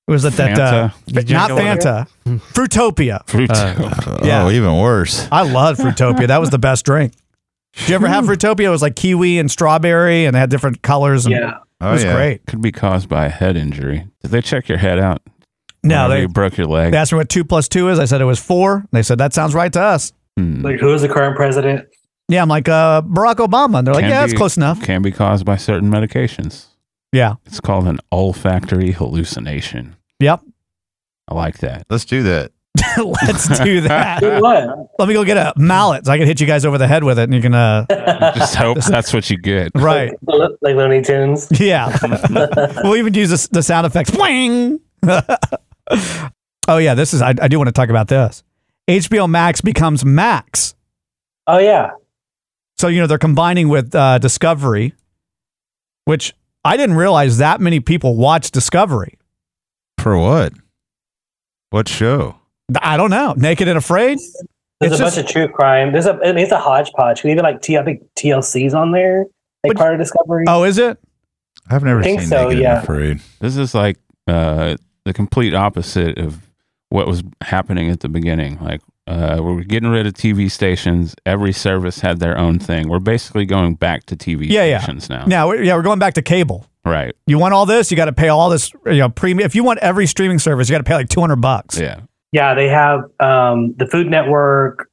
Speaker 5: was it that? Uh,
Speaker 6: Fanta? You drink
Speaker 5: not
Speaker 6: a lot of-
Speaker 5: Fanta.
Speaker 7: Hmm.
Speaker 5: Fruitopia.
Speaker 9: Fruitopia.
Speaker 5: Uh,
Speaker 9: *laughs*
Speaker 5: yeah.
Speaker 9: Oh, even worse.
Speaker 5: I loved Fruitopia. That was the best drink. Did you ever
Speaker 6: Hmm.
Speaker 5: have Fruitopia? It was like kiwi and strawberry, and they had different colors. And
Speaker 6: Oh,
Speaker 9: Oh,
Speaker 5: It was great.
Speaker 6: Could be caused by a head injury. Did they check your head out?
Speaker 5: No,
Speaker 6: Whenever
Speaker 5: they-
Speaker 6: you broke your leg.
Speaker 5: They asked me what two plus two is. I said it was four. They said that sounds right to us.
Speaker 6: Hmm.
Speaker 7: Like who is the current president?
Speaker 5: Yeah, I'm like uh, Barack Obama. And they're like,
Speaker 6: Can
Speaker 5: yeah, that's
Speaker 6: be-
Speaker 5: close enough.
Speaker 6: Can be caused by certain medications.
Speaker 5: Yeah.
Speaker 6: It's called an olfactory hallucination.
Speaker 5: Yep.
Speaker 6: I like that.
Speaker 9: Let's do that.
Speaker 5: *laughs* Let's
Speaker 6: *laughs*
Speaker 5: do that.
Speaker 6: Do
Speaker 5: Let me go get a mallet so I can hit you guys over the head with it, and you can. Uh,
Speaker 6: Just hope that's what you get.
Speaker 5: right.
Speaker 7: *laughs* Like Looney Tunes. *laughs*
Speaker 5: Yeah. we'll even use the, the sound effects. Boing! *laughs* oh, yeah. This is, I, I do want to talk about this. HBO Max becomes Max.
Speaker 7: Oh, yeah.
Speaker 5: So, you know, they're combining with uh, Discovery, which I didn't realize that many people watch Discovery.
Speaker 9: For what? What show?
Speaker 5: I don't know. Naked and Afraid?
Speaker 7: There's
Speaker 5: It's
Speaker 7: a
Speaker 5: just-
Speaker 7: bunch of true crime. There's a I mean, it's a hodgepodge. Even like T, I think TLC's on there. Like part of Discovery.
Speaker 5: Oh, is it?
Speaker 9: I've never
Speaker 7: I think seen so, Naked and yeah.
Speaker 6: This is like uh, the complete opposite of what was happening at the beginning. Like uh, we were getting rid of TV stations. Every service had their own thing. We're basically going back to TV
Speaker 5: Yeah, yeah.
Speaker 6: stations now.
Speaker 5: Now, we're- yeah, we're going back to cable.
Speaker 6: Right.
Speaker 5: You want all this? You got to pay all this, you know, premium. If you want every streaming service, you got to pay like 200 bucks.
Speaker 6: Yeah.
Speaker 7: Yeah, they have um, the Food Network,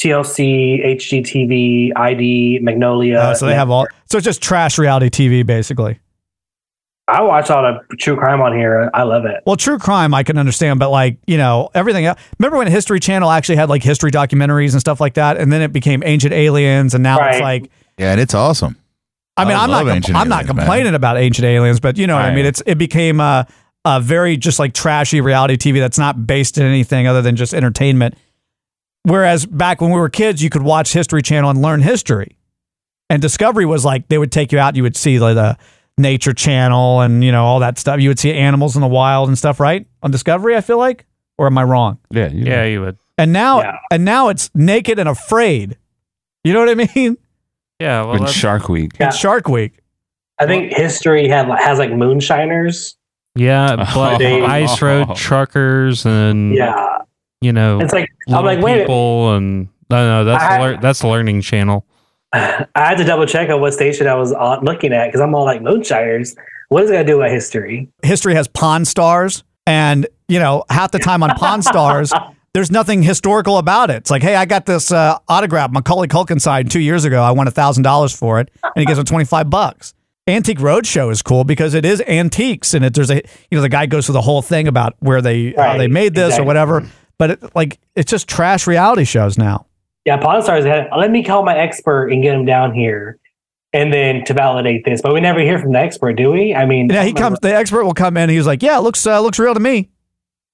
Speaker 7: TLC, HGTV, ID, Magnolia.
Speaker 5: Uh, so they have all, so it's just trash reality TV, basically.
Speaker 7: I watch all the true crime on here. I love it.
Speaker 5: Well, true crime I can understand, but like you know everything. Else. Remember when History Channel actually had like history documentaries and stuff like that, and then it became Ancient Aliens, and now it's like
Speaker 9: Yeah, and it's awesome.
Speaker 5: I mean
Speaker 9: I
Speaker 5: I am
Speaker 9: love
Speaker 5: not compl-
Speaker 9: Ancient
Speaker 5: I'm not
Speaker 9: Aliens, man.
Speaker 5: complaining about Ancient Aliens, but you know what I
Speaker 9: Right.
Speaker 5: mean. It's it became a, a very just like trashy reality TV that's not based in anything other than just entertainment. Whereas back when we were kids, you could watch History Channel and learn history, and Discovery was like they would take you out, you would see like the Nature Channel and you know all that stuff. You would see animals in the wild and stuff, right? On Discovery, I feel like, or am I wrong?
Speaker 6: Yeah. You
Speaker 8: yeah, you would.
Speaker 5: and now and now it's naked and afraid. You know what I mean?
Speaker 8: Yeah. Well,
Speaker 6: Been
Speaker 8: that's-
Speaker 6: Shark Week.
Speaker 7: Yeah.
Speaker 5: It's Shark Week.
Speaker 7: I think history had has like moonshiners.
Speaker 8: yeah, black
Speaker 7: They-
Speaker 8: ice road truckers
Speaker 5: Mm.
Speaker 8: and
Speaker 7: Yeah.
Speaker 8: you know,
Speaker 7: It's like- I'm
Speaker 8: little
Speaker 7: like, wait a-
Speaker 8: people and no, no, that's
Speaker 7: I-
Speaker 8: lear- that's learning channel.
Speaker 7: I had to double check on what station I was on, looking at because I'm all like moonshiners. What is it gonna do about history?
Speaker 5: History has Pawn Stars, and you know half the time on
Speaker 7: *laughs*
Speaker 5: Pawn Stars, there's nothing historical about it. It's like, hey, I got this uh, autograph Macaulay Culkin signed two years ago. I won thousand dollars for it, and he gives him twenty five bucks. Antique Roadshow is cool because it is antiques, and it, there's a you know the guy goes through the whole thing about where they how
Speaker 7: Right,
Speaker 5: they made this
Speaker 7: exactly.
Speaker 5: or whatever. But it, like, it's just trash reality shows now.
Speaker 7: Yeah, Pawn Stars had. Let me call my expert and get him down here, and then to validate this. But we never hear from the expert, do we? I mean,
Speaker 5: Yeah, he comes. The expert will come in. He's like, "Yeah, it looks uh, looks real to me."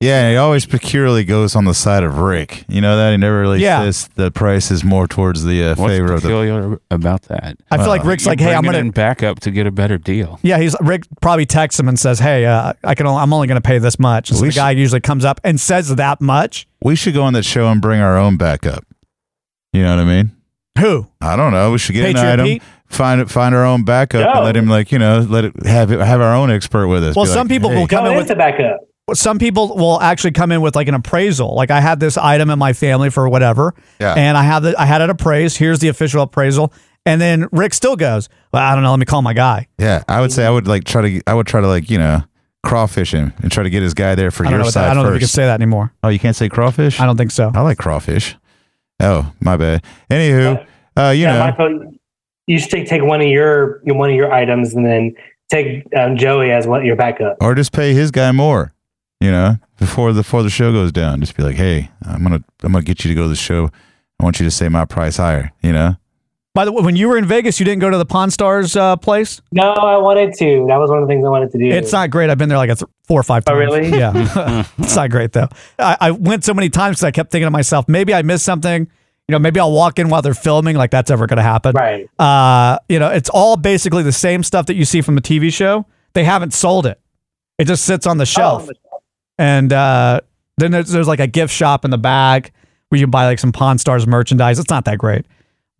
Speaker 9: Yeah, and it always peculiarly goes on the side of Rick. You know that he never really
Speaker 5: Yeah.
Speaker 9: says the price is more towards the uh,
Speaker 6: What's
Speaker 9: favor of the.
Speaker 6: peculiar about that?
Speaker 5: I feel like Rick's
Speaker 6: You
Speaker 5: like, "Hey,
Speaker 6: bring
Speaker 5: I'm
Speaker 6: it
Speaker 5: gonna-
Speaker 6: in back up to get a better deal."
Speaker 5: Yeah, he's Rick probably texts him and says, "Hey, uh, I can only, I'm only going to pay this much." And So
Speaker 9: We
Speaker 5: the guy usually comes up and says that much.
Speaker 9: We should go on that show and bring our own back up. You know what I mean?
Speaker 5: Who?
Speaker 9: I don't know. We should get
Speaker 5: Patriot
Speaker 9: an item,
Speaker 5: Pete?
Speaker 9: find find our own backup,
Speaker 5: No.
Speaker 9: and let him like you know let it have it, have our own expert with us.
Speaker 5: Well,
Speaker 9: Be like,
Speaker 5: some people
Speaker 9: "Hey."
Speaker 5: will come in with
Speaker 7: the backup.
Speaker 5: Some people will actually come in with like an appraisal. Like I had this item in my family for whatever,
Speaker 9: Yeah.
Speaker 5: and I have the, I had it appraised. Here's the official appraisal, and then Rick still goes, "Well, I don't know. Let me call my guy."
Speaker 9: Yeah, I would say I would like try to I would try to like you know crawfish him and try to get his guy there for
Speaker 5: I don't
Speaker 9: your
Speaker 5: know. what that-
Speaker 9: side
Speaker 5: I don't know if you can
Speaker 9: first.
Speaker 5: say that anymore.
Speaker 9: oh, you can't say crawfish. I
Speaker 5: don't think so.
Speaker 9: I like crawfish. Oh, my bad. Anywho, uh, you know,
Speaker 7: Michael, you should take, take one of your your- one of your items and then take um, Joey as one your backup.
Speaker 9: or just pay his guy more. You know, before the before the show goes down. Just be like, hey, I'm gonna I'm gonna get you to go to the show. I want you to say my price higher. You know,
Speaker 5: By the way, when you were in Vegas, you didn't go to the Pawn Stars uh, place.
Speaker 7: No, I wanted to. That was one of the things I wanted to do.
Speaker 5: It's not great. I've been there like a th- four or five
Speaker 7: Oh,
Speaker 5: times.
Speaker 7: really? *laughs*
Speaker 5: Yeah, *laughs* it's not great though. I, I went so many times because I kept thinking to myself, maybe I missed something. You know, maybe I'll walk in while they're filming. Like that's ever going to happen.
Speaker 7: Right.
Speaker 5: Uh, you know, it's all basically the same stuff that you see from a TV show. They haven't sold it. It just sits
Speaker 7: Oh,
Speaker 5: on the shelf. and uh, then there's, there's like a gift shop in the back where you can buy like some Pawn Stars merchandise. It's not that great,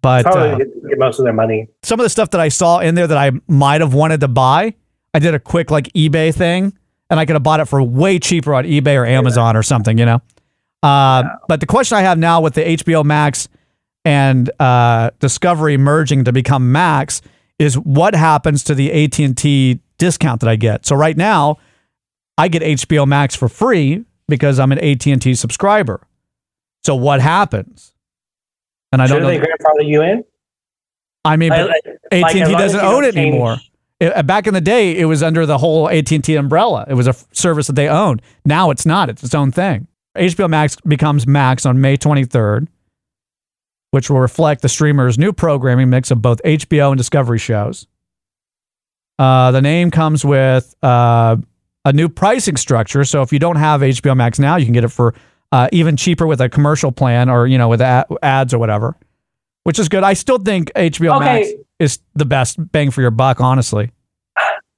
Speaker 5: but
Speaker 7: Probably
Speaker 5: uh,
Speaker 7: get, get most of their money.
Speaker 5: some of the stuff that I saw in there that I might have wanted to buy, I did a quick like eBay thing, and I could have bought it for way cheaper on eBay or Amazon or something, you know. Uh, But the question I have now with the HBO Max and uh, Discovery merging to become Max is what happens to the AT and T discount that I get. So right now, I get HBO Max for free because I'm an AT and T subscriber. So what happens? And I don't
Speaker 7: Shouldn't
Speaker 5: know.
Speaker 7: they grandfather you in?
Speaker 5: I mean,
Speaker 7: I-
Speaker 5: but
Speaker 7: I- like,
Speaker 5: AT&T
Speaker 7: as long as
Speaker 5: doesn't
Speaker 7: you
Speaker 5: own
Speaker 7: don't
Speaker 5: it
Speaker 7: change-
Speaker 5: anymore. It- uh, back in the day, it was under the whole AT&T umbrella. It was a f- service that they owned. Now it's not. It's its own thing. HBO Max becomes Max on May 23rd, which will reflect the streamer's new programming mix of both HBO and Discovery shows. Uh, the name comes with uh, a new pricing structure. So if you don't have HBO Max now, you can get it for uh, even cheaper with a commercial plan or you know with a- ads or whatever, which is good. I still think HBO Max
Speaker 7: Okay.
Speaker 5: is the best bang for your buck, honestly.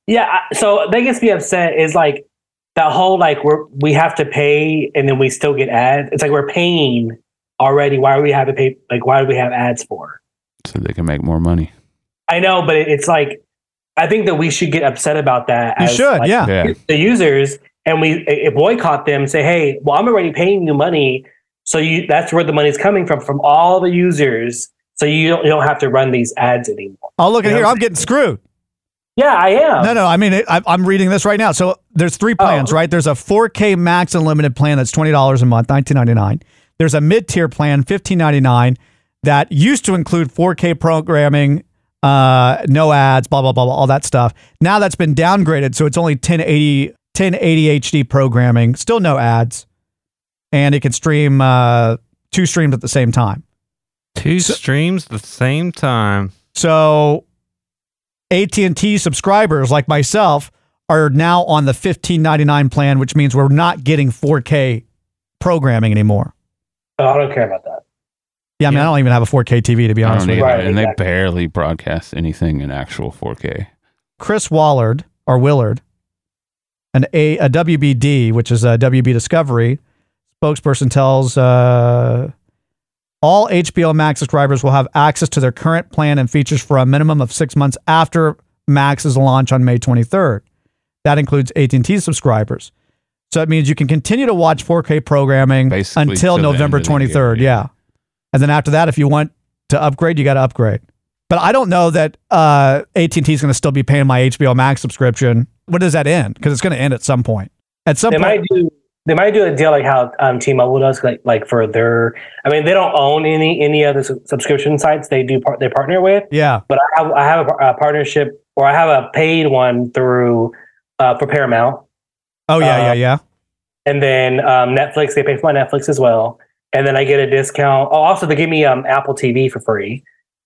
Speaker 7: Yeah. I- So that gets me upset is like that whole like we're we have to pay and then we still get ads. It's like we're paying already. Why do we have to pay? Like why do we have ads for?
Speaker 6: so they can make more money.
Speaker 7: I know, but it, it's like I think that we should get upset about that.
Speaker 6: You should,
Speaker 7: like,
Speaker 6: yeah. Yeah.
Speaker 7: The users and we i- i- boycott them. Say, hey, well, I'm already paying you money, so you that's where the money's coming from from all the users. So you don't, you don't have to run these ads anymore.
Speaker 5: Oh, look at
Speaker 7: Yeah.
Speaker 5: here. I'm getting screwed.
Speaker 7: Yeah, I am. Oh.
Speaker 5: No, no. I mean, it, I, I'm reading this right now. So there's three plans, right? There's a 4K Max Unlimited plan that's twenty dollars a month, 19.99. There's a mid-tier plan, 15.99, that used to include 4K programming, uh, no ads, blah blah blah, blah all that stuff. Now that's been downgraded, so it's only 1080 1080 HD programming, still no ads, and it can stream uh, two streams at the same time.
Speaker 8: Two streams at the same time.
Speaker 5: So AT&T subscribers like myself are now on the 15.99 plan, which means we're not getting 4K programming anymore.
Speaker 7: Oh, I don't care about that.
Speaker 5: Yeah, I mean, I don't even have a 4K TV to be
Speaker 6: I
Speaker 5: honest
Speaker 6: don't
Speaker 5: with
Speaker 6: either.
Speaker 5: you.
Speaker 6: and they barely broadcast anything in actual 4K.
Speaker 5: Chris Wallard or Willard, an a, a WBD, which is a WB Discovery spokesperson, tells uh, all HBO Max subscribers will have access to their current plan and features for a minimum of six months after Max's launch on May 23rd. That includes AT&T subscribers. So it means you can continue to watch 4K programming until
Speaker 6: till the
Speaker 5: November
Speaker 6: end of the year,
Speaker 5: 23rd. yeah. And then after that, if you want to upgrade, you got to upgrade. But I don't know that uh, AT&T is going to still be paying my HBO Max subscription. When does that end? Because it's going to end at some point. At some
Speaker 7: they
Speaker 5: point,
Speaker 7: might do they might do a deal like how um, T-Mobile does, like like for their. I mean, they don't own any any other su- subscription sites they do par- they partner with.
Speaker 5: yeah.
Speaker 7: But I have I have a, par- a partnership or I have a paid one through uh, for Paramount,
Speaker 5: Oh yeah, yeah,
Speaker 7: Uh,
Speaker 5: yeah.
Speaker 7: and then um, Netflix. They pay for my Netflix as well, and then I get a discount. Oh, also they give me um, Apple TV for free.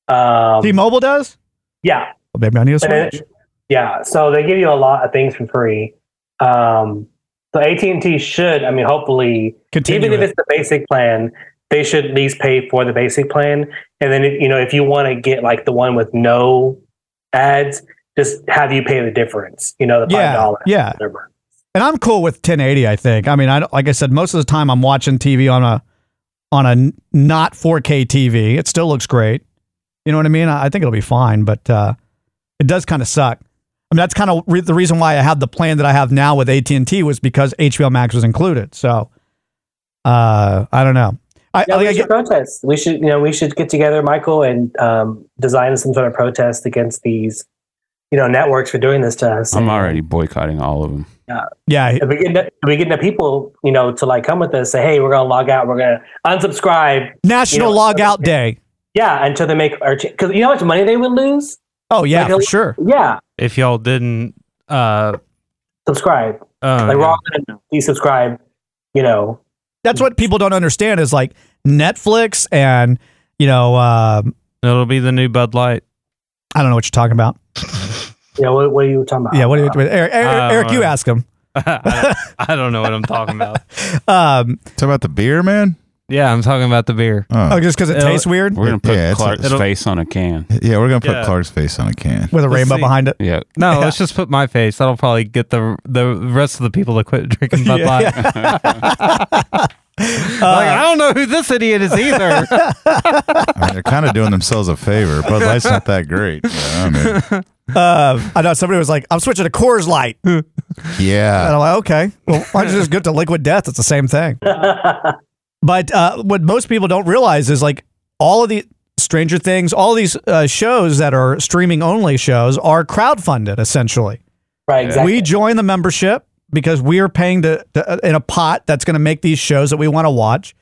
Speaker 7: Um,
Speaker 5: T-Mobile does.
Speaker 7: yeah,
Speaker 5: Well, maybe I need a
Speaker 7: And
Speaker 5: switch.
Speaker 7: it- yeah, so they give you a lot of things for free. Um, so AT and T should, I mean, hopefully,
Speaker 5: Continue
Speaker 7: even
Speaker 5: it.
Speaker 7: if it's the basic plan, they should at least pay for the basic plan. And then, if, you know, if you want to get like the one with no ads, just have you pay the difference. You know, the five
Speaker 5: Yeah,
Speaker 7: dollars.
Speaker 5: yeah. And I'm cool with 1080. I think. I mean, I don't- like I said, most of the time I'm watching TV on a on a n- not 4K TV. It still looks great. You know what I mean? I I think it'll be fine, but uh, it does kind of suck. I mean, that's kind of re- the reason why I have the plan that I have now with AT and T was because HBO Max was included. So uh, I don't know. I,
Speaker 7: Yeah,
Speaker 5: I,
Speaker 7: we
Speaker 5: think I
Speaker 7: should
Speaker 5: get,
Speaker 7: protest. We should, you know, we should get together, Michael, and um, design some sort of protest against these, you know, networks for doing this to us.
Speaker 6: I'm already boycotting all of them.
Speaker 7: Yeah.
Speaker 5: Yeah.
Speaker 7: If we get the, if we get the people, you know, to like come with us, say, hey, we're gonna log out, we're gonna unsubscribe.
Speaker 5: National Log Out Day.
Speaker 7: Yeah, until they make our because you know how much money they would lose.
Speaker 5: Oh yeah,
Speaker 7: Like, they'll-
Speaker 5: for sure.
Speaker 7: Yeah,
Speaker 8: If y'all didn't uh
Speaker 7: subscribe.
Speaker 8: uh,
Speaker 5: Oh,
Speaker 7: like we're all gonna desubscribe you know,
Speaker 5: That's what people don't understand is like Netflix and you know um,
Speaker 8: it'll be the new Bud Light.
Speaker 5: I don't know what you're talking about.
Speaker 7: yeah. What, what are you talking about?
Speaker 5: Yeah, what do you, Eric,
Speaker 8: Uh,
Speaker 5: Eric, Eric, you ask him.
Speaker 8: *laughs* I, don't, I don't know what I'm talking about.
Speaker 5: Um,
Speaker 9: Talk about the beer, man.
Speaker 8: Yeah, I'm talking about the beer.
Speaker 5: Oh, just 'cause it
Speaker 8: It'll-
Speaker 5: tastes weird?
Speaker 6: We're gonna put
Speaker 9: Yeah, it's-
Speaker 6: Clark's
Speaker 9: it'll-
Speaker 6: face on a can.
Speaker 9: Yeah, we're gonna put
Speaker 8: Yeah.
Speaker 9: Clark's face on a can.
Speaker 5: with a
Speaker 8: Let's
Speaker 5: rainbow
Speaker 8: see.
Speaker 5: behind it.
Speaker 6: Yeah,
Speaker 8: No, let's just put my face. That'll probably get the the rest of the people to quit drinking Bud Light.
Speaker 5: *laughs*
Speaker 8: like, I don't know who this idiot is either.
Speaker 9: *laughs*
Speaker 8: *laughs*
Speaker 9: I mean, they're kind of doing themselves a favor. Bud Light's not that great. Yeah,
Speaker 8: *laughs*
Speaker 9: I mean,
Speaker 5: *laughs*
Speaker 9: Ah.
Speaker 5: Uh, I know somebody was like, "I'm switching to Coors Light," and
Speaker 9: yeah.
Speaker 5: I'm like, "Okay, well, why don't you just go to Liquid Death? It's the
Speaker 7: *laughs*
Speaker 5: same thing." but uh, what most people don't realize is like all of the Stranger Things, all these uh, shows that are streaming only shows are crowdfunded essentially.
Speaker 7: Right. Exactly.
Speaker 5: We join the membership because we are paying to, to- in a pot that's going to make these shows that we want to watch,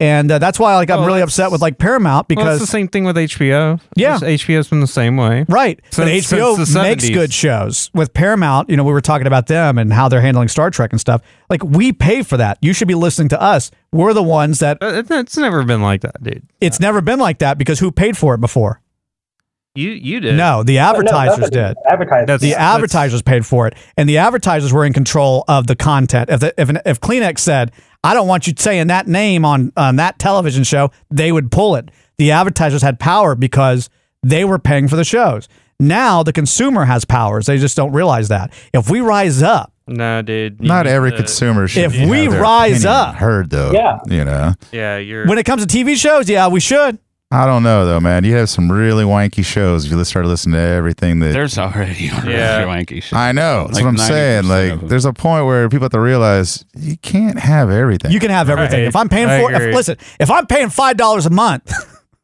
Speaker 5: and uh, that's why like I'm
Speaker 8: Well,
Speaker 5: really
Speaker 8: Oh, that's-
Speaker 5: upset with like Paramount
Speaker 8: Well, it's
Speaker 5: because
Speaker 8: the same thing with HBO.
Speaker 5: Yeah.
Speaker 8: It's- HBO's been the same way.
Speaker 5: Right. but
Speaker 8: Since-
Speaker 5: HBO
Speaker 8: since the
Speaker 5: makes
Speaker 8: 70s.
Speaker 5: good shows. With Paramount, you know, we were talking about them and how they're handling Star Trek and stuff. Like we pay for that. You should be listening to us. We're the ones that
Speaker 8: Uh, it- It's never been like that, dude.
Speaker 5: it's never been like that because who paid for it before?
Speaker 8: You you did.
Speaker 5: No, the advertisers did.
Speaker 7: Advertisers.
Speaker 8: That's
Speaker 5: The
Speaker 8: that's-
Speaker 5: advertisers paid for it, and the advertisers were in control of the content. If the, if an, if Kleenex said, "I don't want you saying that name on on that television show," they would pull it. The advertisers had power because they were paying for the shows. Now the consumer has powers. They just don't realize that. If we rise up,
Speaker 8: No, dude. you
Speaker 9: Not
Speaker 8: need
Speaker 9: every
Speaker 8: to-
Speaker 9: consumer should.
Speaker 5: if
Speaker 9: have
Speaker 5: we
Speaker 9: their
Speaker 5: rise
Speaker 9: opinion
Speaker 5: up-
Speaker 9: heard though.
Speaker 7: Yeah.
Speaker 9: you know.
Speaker 8: Yeah, you're.
Speaker 5: when it comes to TV shows, yeah, we should.
Speaker 9: I don't know though, man. You have some really wanky shows. If you start listening to everything that
Speaker 8: *laughs*
Speaker 6: There's already a
Speaker 8: Yeah.
Speaker 6: Yankee shit.
Speaker 9: I know, that's
Speaker 6: Like
Speaker 9: what I'm
Speaker 6: 90%
Speaker 9: saying.
Speaker 6: of
Speaker 9: Like,
Speaker 6: them.
Speaker 9: there's a point where people have to realize you can't have everything.
Speaker 5: You can have everything.
Speaker 8: Right.
Speaker 5: If I'm paying
Speaker 8: I
Speaker 5: for,
Speaker 8: agree.
Speaker 5: if, listen, if I'm paying five dollars a month *laughs*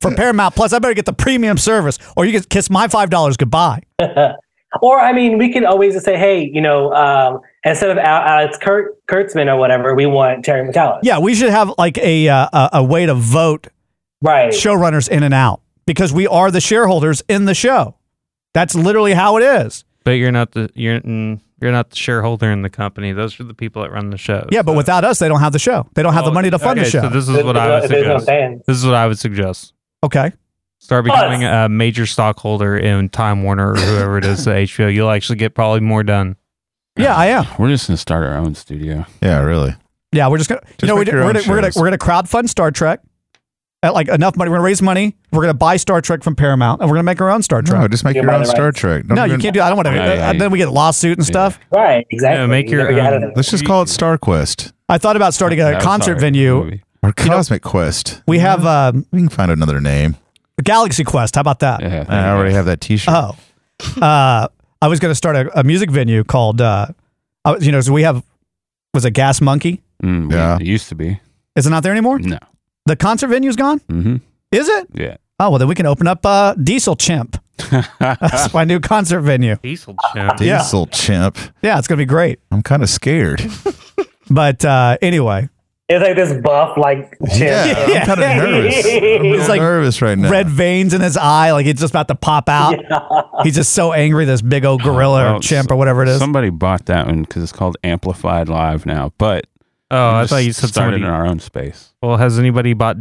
Speaker 5: for Paramount Plus, I better get the premium service, or you can kiss my five dollars goodbye.
Speaker 7: *laughs* Or I mean, we can always just say, hey, you know, um, instead of Al- Alex Kurt, Kurtzman or whatever, we want Terry McAllis.
Speaker 5: Yeah, we should have like a uh, a, a way to vote
Speaker 7: Right.
Speaker 5: showrunners in and out because we are the shareholders in the show. That's literally how it is.
Speaker 8: But you're not the you're mm, you're not the shareholder in the company. Those are the people that run the show.
Speaker 5: Yeah, but
Speaker 8: so-
Speaker 5: without us, they don't have the show. They don't have the
Speaker 8: Well,
Speaker 5: money to fund
Speaker 8: okay,
Speaker 5: the show.
Speaker 8: So this is what I would
Speaker 7: That's what I'm
Speaker 8: suggest.
Speaker 7: saying.
Speaker 8: This is what I would suggest.
Speaker 5: okay,
Speaker 8: Start becoming a major stockholder in Time Warner or whoever it is, the HBO. You'll actually get probably more done.
Speaker 5: yeah, I am.
Speaker 6: We're just gonna start our own studio.
Speaker 9: yeah, really.
Speaker 5: Yeah, we're just gonna. you
Speaker 9: Just
Speaker 5: know, we,
Speaker 9: make your
Speaker 5: we're
Speaker 9: own
Speaker 5: gonna, we're gonna
Speaker 9: shows.
Speaker 5: we're gonna crowdfund Star Trek. At like enough money, we're gonna raise money. We're gonna buy Star Trek from Paramount, and we're gonna make our own Star Trek.
Speaker 9: No, just make
Speaker 7: You
Speaker 9: your
Speaker 7: might
Speaker 9: own
Speaker 7: be right.
Speaker 9: Star Trek. Don't
Speaker 5: No, you
Speaker 9: even-
Speaker 5: can't do. I don't want to.
Speaker 6: Yeah, yeah, yeah.
Speaker 5: then we get a lawsuit and stuff.
Speaker 7: Right. Exactly.
Speaker 8: Yeah, make
Speaker 7: You
Speaker 8: your um,
Speaker 7: never get
Speaker 8: own-
Speaker 7: out of
Speaker 9: Let's just call it Star Quest
Speaker 5: I thought about starting
Speaker 6: That
Speaker 5: a
Speaker 6: was
Speaker 5: concert
Speaker 6: already a
Speaker 5: venue.
Speaker 6: movie.
Speaker 9: or Cosmic Quest.
Speaker 5: We have uh,
Speaker 9: We can find another name.
Speaker 5: Galaxy Quest. How about that?
Speaker 6: Yeah,
Speaker 9: I already have that T-shirt.
Speaker 5: Oh, uh, I was going to start a, a music venue called. Uh, I was- you know, so we have was it Gas Monkey?
Speaker 6: Mm, we-
Speaker 9: Yeah.
Speaker 6: It used to be.
Speaker 5: Is it not there anymore?
Speaker 6: No.
Speaker 5: The concert venue's gone.
Speaker 6: Mm-hmm.
Speaker 5: Is it?
Speaker 6: Yeah.
Speaker 5: Oh well, then we can open up uh, Diesel
Speaker 6: *laughs*
Speaker 5: Chimp. That's my new concert venue.
Speaker 8: Diesel champ.
Speaker 5: yeah.
Speaker 9: Diesel chimp.
Speaker 5: Yeah, it's going to be great.
Speaker 9: I'm kind of scared.
Speaker 5: But uh, anyway,
Speaker 7: It's like this buff, like
Speaker 9: Yeah,
Speaker 7: shit.
Speaker 9: I'm kind of
Speaker 7: *laughs*
Speaker 9: nervous. I'm
Speaker 5: It's
Speaker 9: real
Speaker 5: like
Speaker 9: nervous right now.
Speaker 5: red veins in his eye, like he's just about to pop out. He's just so angry. This big old gorilla
Speaker 6: Well,
Speaker 5: or chimp or whatever it is.
Speaker 6: Somebody bought that one because it's called Amplified Live now. But
Speaker 8: Oh,
Speaker 6: we
Speaker 8: I
Speaker 6: just
Speaker 8: thought you said
Speaker 6: started
Speaker 8: somebody.
Speaker 6: in our own space.
Speaker 8: Well, has anybody bought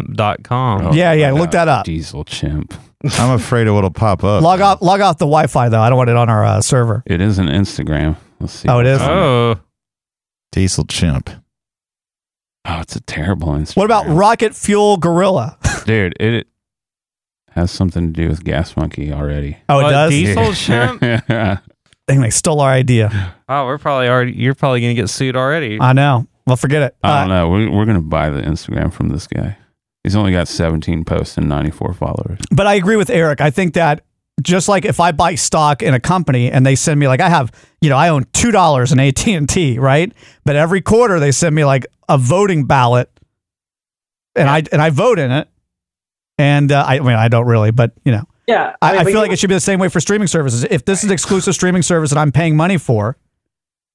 Speaker 8: dieselchimp.com?
Speaker 6: Oh,
Speaker 5: yeah, yeah,
Speaker 6: my
Speaker 5: look
Speaker 6: God.
Speaker 5: that up.
Speaker 6: Diesel chimp.
Speaker 9: I'm afraid of what'll pop up.
Speaker 5: Log off, log off the Wi-Fi though. I don't want it on our uh, server.
Speaker 6: It is an Instagram. Let's see.
Speaker 5: Oh, it is?
Speaker 8: Oh,
Speaker 9: Diesel chimp.
Speaker 6: Oh, it's a terrible Instagram.
Speaker 5: What about Rocket Fuel Gorilla?
Speaker 6: dude? It has something to do with Gas Monkey already.
Speaker 5: Oh, it
Speaker 8: What,
Speaker 5: does.
Speaker 8: Diesel
Speaker 6: *laughs*
Speaker 8: chimp?
Speaker 5: Dang, they stole our idea.
Speaker 8: Oh, we're probably already. You're probably gonna get sued already.
Speaker 5: I know. Well, forget it.
Speaker 6: I don't
Speaker 5: Uh,
Speaker 6: know. We're, we're gonna buy the Instagram from this guy. He's only got 17 posts and 94 followers.
Speaker 5: but I agree with Eric. I think that just like if I buy stock in a company and they send me like I have, you know, I own two dollars in AT and T, right? But every quarter they send me like a voting ballot, and I and I vote in it. And uh, I, I mean, I don't really, but you know,
Speaker 7: Yeah.
Speaker 5: I, I,
Speaker 7: mean, but
Speaker 5: feel
Speaker 7: you-
Speaker 5: like it should be the same way for streaming services. If this is an exclusive streaming service that I'm paying money for,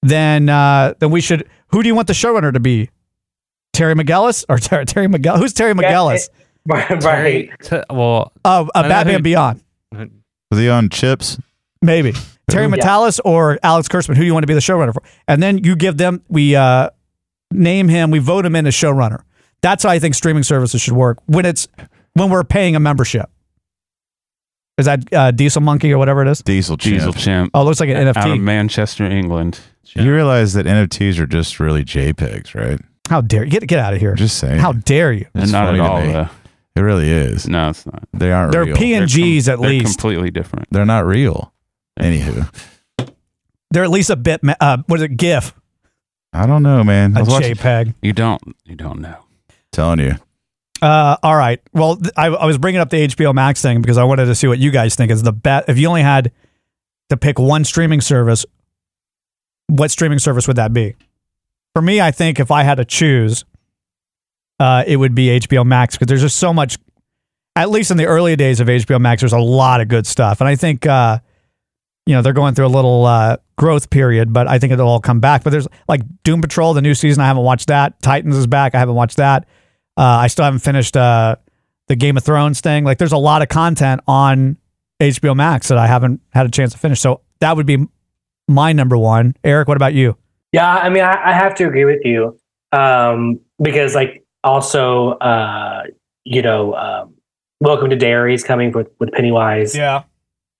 Speaker 5: then uh, then we should. Who do you want the showrunner to be? Terry McGillis or Ter- Terry McGillis? Who's Terry
Speaker 7: Yeah,
Speaker 5: McGillis?
Speaker 7: *laughs* Right.
Speaker 8: Terry-
Speaker 7: right.
Speaker 8: T- well,
Speaker 5: Oh, uh,
Speaker 8: know
Speaker 5: Batman
Speaker 8: who-
Speaker 5: Beyond,
Speaker 9: Was he on chips?
Speaker 5: maybe. Terry
Speaker 7: Yeah.
Speaker 5: Metalis or Alex Kurtzman. Who do you want to be the showrunner for? And then you give them we uh, name him, we vote him in as showrunner. That's how I think streaming services should work when it's when we're paying a membership. Is that uh, Diesel Monkey or whatever it is?
Speaker 9: Diesel Champ.
Speaker 6: Diesel Champ.
Speaker 5: Oh, it looks like an
Speaker 6: Out
Speaker 5: NFT.
Speaker 6: of Manchester, England.
Speaker 9: You realize that NFTs are just really JPEGs, right?
Speaker 5: How dare you? Get, get out of here.
Speaker 9: Just saying.
Speaker 5: How dare you?
Speaker 9: It's
Speaker 6: Not
Speaker 9: funny
Speaker 6: at
Speaker 9: to
Speaker 6: all, uh,
Speaker 9: me.
Speaker 6: though.
Speaker 9: It really is.
Speaker 6: No, it's not.
Speaker 9: They aren't
Speaker 5: They're
Speaker 9: real.
Speaker 5: PNGs at
Speaker 6: They're
Speaker 5: least.
Speaker 6: completely different.
Speaker 9: They're not real. Anywho,
Speaker 5: They're at least a bit. ma- Uh, what is it? GIF,
Speaker 9: I don't know, man.
Speaker 5: a
Speaker 9: I was watching-
Speaker 5: JPEG.
Speaker 6: You don't. You don't know.
Speaker 9: telling you.
Speaker 5: Uh, all right. Well, th- I, I was bringing up the HBO Max thing because I wanted to see what you guys think is the best. If you only had to pick one streaming service, what streaming service would that be? For me, I think if I had to choose, uh, it would be HBO Max because there's just so much. At least in the early days of HBO Max, there's a lot of good stuff, and I think uh, you know they're going through a little uh, growth period, but I think it'll all come back. But there's like Doom Patrol, the new season. I haven't watched that. Titans is back. I haven't watched that. Uh, I still haven't finished uh, the Game of Thrones thing. Like there's a lot of content on HBO Max that I haven't had a chance to finish. So that would be my number one. Eric, what about you?
Speaker 7: Yeah, I mean, I, I have to agree with you um, because, like, also, uh, you know, um, Welcome to Dairy is coming with, with Pennywise.
Speaker 5: Yeah.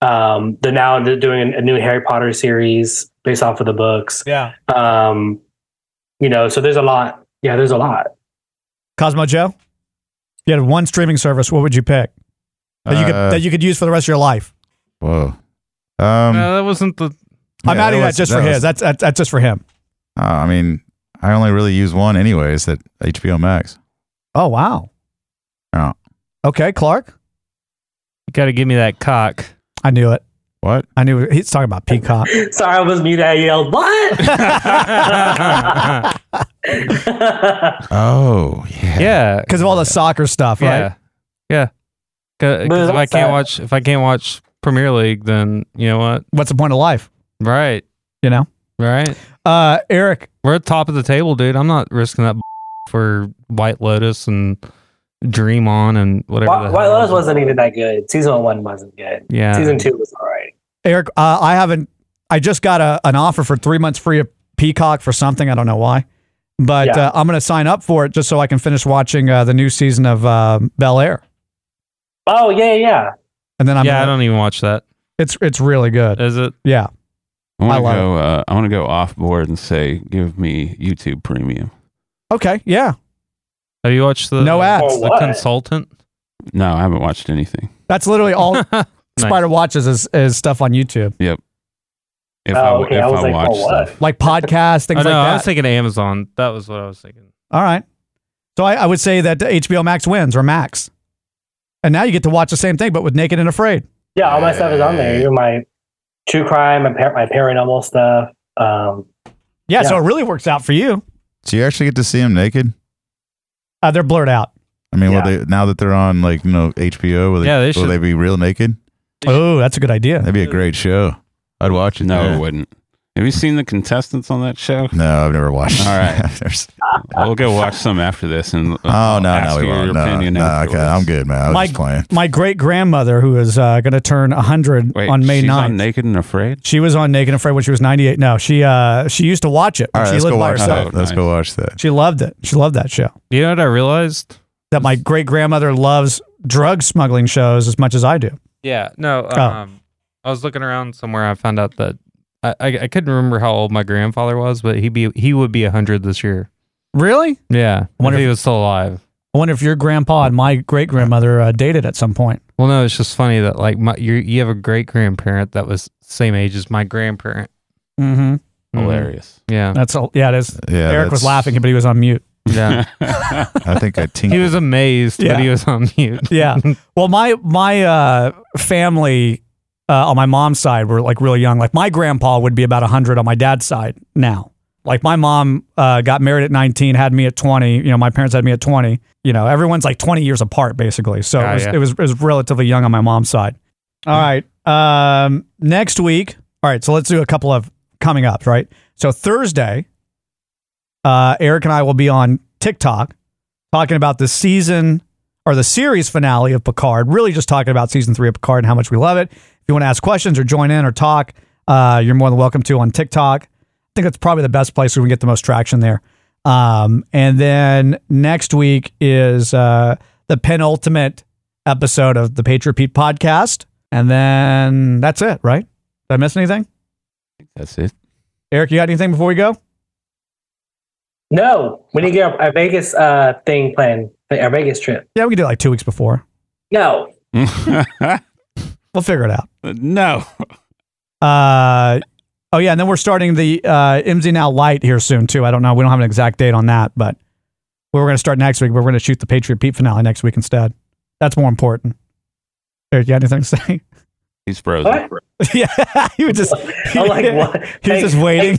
Speaker 7: Um, they're now they're doing a new Harry Potter series based off of the books.
Speaker 5: Yeah.
Speaker 7: Um, you know, so there's a lot. Yeah, there's a lot. *laughs*
Speaker 5: Cosmo Joe, you had one streaming service. What would you pick that you could
Speaker 9: Uh,
Speaker 5: that you could use for the rest of your life?
Speaker 9: Whoa. Um,
Speaker 8: no, that wasn't the.
Speaker 5: I'm
Speaker 9: yeah,
Speaker 5: adding
Speaker 9: that
Speaker 5: that
Speaker 9: was-
Speaker 5: just
Speaker 9: that
Speaker 5: for
Speaker 9: was-
Speaker 5: his. That's, that's that's just for him.
Speaker 9: uh, I mean, I only really use one, anyways. That HBO Max.
Speaker 5: Oh wow.
Speaker 9: Oh,
Speaker 5: Okay, Clark.
Speaker 8: You got to give me that cock.
Speaker 5: I knew it.
Speaker 9: what?
Speaker 5: I knew he's talking about Peacock.
Speaker 7: Sorry, I was muted. I yelled,
Speaker 5: *laughs*
Speaker 7: "What?" *laughs*
Speaker 9: Oh, yeah.
Speaker 8: yeah,
Speaker 5: because of all the soccer stuff, right?
Speaker 8: yeah, yeah. Because if I
Speaker 7: that's
Speaker 8: can't
Speaker 7: that.
Speaker 8: watch, if I can't watch Premier League, then you know what?
Speaker 5: What's the point of life?
Speaker 8: Right,
Speaker 5: You know.
Speaker 8: right.
Speaker 5: Uh, Eric,
Speaker 8: We're at the top of the table, dude. I'm not risking that *laughs* for White Lotus and Dream On and whatever.
Speaker 7: Why
Speaker 8: the
Speaker 7: White
Speaker 8: hell.
Speaker 7: Lotus wasn't even that good. Season one wasn't good.
Speaker 8: Yeah.
Speaker 7: Season two was all right.
Speaker 5: Eric, uh, I haven't. I just got a, an offer for three months free of Peacock for something. I don't know why, but
Speaker 7: Yeah.
Speaker 5: uh, I'm going to sign up for it just so I can finish watching uh, the new season of uh, Bel Air,
Speaker 7: Oh yeah, yeah.
Speaker 5: and then I'm.
Speaker 8: yeah, I
Speaker 5: gonna-
Speaker 8: don't even watch that.
Speaker 5: it's it's really good.
Speaker 8: Is it?
Speaker 5: Yeah.
Speaker 6: I
Speaker 5: I
Speaker 6: want to
Speaker 5: love
Speaker 6: go. Uh, I want to go off board and say, give me YouTube Premium.
Speaker 5: Okay. Yeah.
Speaker 8: Have you watched the
Speaker 5: No ads.
Speaker 7: For
Speaker 8: The
Speaker 7: what?
Speaker 8: Consultant?
Speaker 6: No, I haven't watched anything.
Speaker 5: That's literally
Speaker 8: *laughs*
Speaker 5: all
Speaker 8: Nice.
Speaker 5: Spider watches is, is stuff on YouTube,
Speaker 6: If
Speaker 7: oh,
Speaker 6: I,
Speaker 7: okay.
Speaker 6: if
Speaker 7: I was
Speaker 6: I
Speaker 7: like,
Speaker 6: watch
Speaker 7: oh, what?
Speaker 6: stuff,
Speaker 5: like podcasts, things
Speaker 8: I know,
Speaker 5: like that.
Speaker 8: I was thinking Amazon. That was what I was thinking.
Speaker 5: all right. So I, I would say that HBO Max wins or Max, and now you get to watch the same thing but with Naked and Afraid.
Speaker 7: Yeah, all my stuff is on there. Even my true crime, my, par- my paranormal stuff. Um,
Speaker 5: Yeah, So
Speaker 7: Yeah.
Speaker 5: it really works out for you.
Speaker 9: Do you actually get to see him naked?
Speaker 5: Uh, they're blurred out.
Speaker 9: I mean,
Speaker 7: Yeah.
Speaker 9: will they now that they're on like you know HBO? Will they,
Speaker 8: Yeah, they
Speaker 9: will
Speaker 8: should-
Speaker 9: they be real naked?
Speaker 5: Oh, that's a good idea.
Speaker 9: That'd be a great show. I'd watch it.
Speaker 6: no,
Speaker 9: Yeah.
Speaker 6: it wouldn't. Have you seen the contestants on that show?
Speaker 9: no, I've never watched.
Speaker 6: All right.
Speaker 9: *laughs* There's-
Speaker 6: We'll go watch some after this, and
Speaker 9: oh
Speaker 6: I'll
Speaker 9: no,
Speaker 6: ask
Speaker 9: no, we
Speaker 6: you
Speaker 9: won't.
Speaker 6: your
Speaker 9: No,
Speaker 6: opinion
Speaker 9: no, okay,
Speaker 6: afterwards.
Speaker 9: I'm good, man. I was
Speaker 5: My-
Speaker 9: just playing.
Speaker 5: my great grandmother, who is uh, going to turn 100
Speaker 6: Wait,
Speaker 5: on May
Speaker 6: she's
Speaker 5: 9th.
Speaker 6: on Naked and Afraid.
Speaker 5: she was on Naked and Afraid when she was 98. No, she uh, she used to watch it.
Speaker 9: All
Speaker 5: when
Speaker 9: right,
Speaker 5: she
Speaker 9: let's
Speaker 5: lived
Speaker 9: go
Speaker 5: by
Speaker 9: watch
Speaker 5: herself.
Speaker 9: that. Let's go watch that.
Speaker 5: She loved it. She loved that show.
Speaker 8: You know what I realized?
Speaker 5: That my great grandmother loves drug smuggling shows as much as I do.
Speaker 8: Yeah, no.
Speaker 5: Oh.
Speaker 8: Um, I was looking around somewhere. I found out that I, I, I couldn't remember how old my grandfather was, but he be he would be hundred this year.
Speaker 5: Really?
Speaker 8: Yeah,
Speaker 5: Wonder
Speaker 8: if
Speaker 5: if-
Speaker 8: he was still alive.
Speaker 5: I wonder if your grandpa and my great grandmother uh, dated at some point.
Speaker 8: Well, no, it's just funny that like my you you have a great grandparent that was same age as my grandparent.
Speaker 5: Mm-hmm.
Speaker 8: Mhm.
Speaker 6: Hilarious.
Speaker 8: Yeah,
Speaker 5: That's all. Yeah, it is.
Speaker 9: Yeah,
Speaker 5: Eric was
Speaker 9: that's-
Speaker 5: laughing, but he was on mute.
Speaker 6: *laughs*
Speaker 8: yeah.
Speaker 5: *laughs*
Speaker 8: *laughs*
Speaker 9: I think I think
Speaker 8: he was amazed,
Speaker 5: Yeah.
Speaker 8: but he was on mute.
Speaker 5: *laughs* Yeah. well, my my uh, family uh, on my mom's side were like really young. Like my grandpa would be about 100 on my dad's side now. Like my mom uh, got married at 19, had me at 20. You know, my parents had me at 20. You know, everyone's like 20 years apart basically. So
Speaker 8: Ah,
Speaker 5: it, was,
Speaker 8: yeah.
Speaker 5: it was it was relatively young on my mom's side.
Speaker 8: Hmm.
Speaker 5: All right. Um, next week. All right. So let's do a couple of coming ups. Right. So Thursday, uh, Eric and I will be on TikTok talking about the season or the series finale of Picard. Really, just talking about season three of Picard and how much we love it. If you want to ask questions or join in or talk, uh, you're more than welcome to on TikTok. I think that's probably the best place we can get the most traction there. Um, and then next week is uh, the penultimate episode of the Patriot Pete podcast. And then that's it, right? Did I miss anything?
Speaker 6: That's it.
Speaker 5: Eric, you got anything before we go?
Speaker 7: No, we need to get our Vegas uh, thing planned, our Vegas trip.
Speaker 5: Yeah, we can do it like two weeks before.
Speaker 7: No,
Speaker 5: We'll figure it out.
Speaker 6: No.
Speaker 5: Uh, oh yeah, and then we're starting the uh, MZ Now Light here soon too. I don't know. We don't have an exact date on that, but we're going to start next week. But we're going to shoot the Patriot Pete finale next week instead. That's more important. Eric, you got anything to say?
Speaker 6: He's frozen.
Speaker 5: *laughs* yeah, he was just.
Speaker 7: *laughs* I'm like, what?
Speaker 5: *laughs* He was just waiting.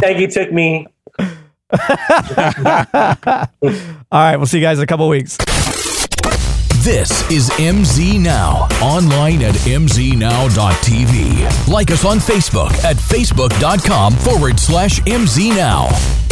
Speaker 7: Peggy took
Speaker 5: *laughs*
Speaker 7: me.
Speaker 5: All right, we'll see you guys in a couple weeks.
Speaker 1: This is MZ Now, online at mznow.tv. Like us on Facebook at facebook.com forward slash mznow.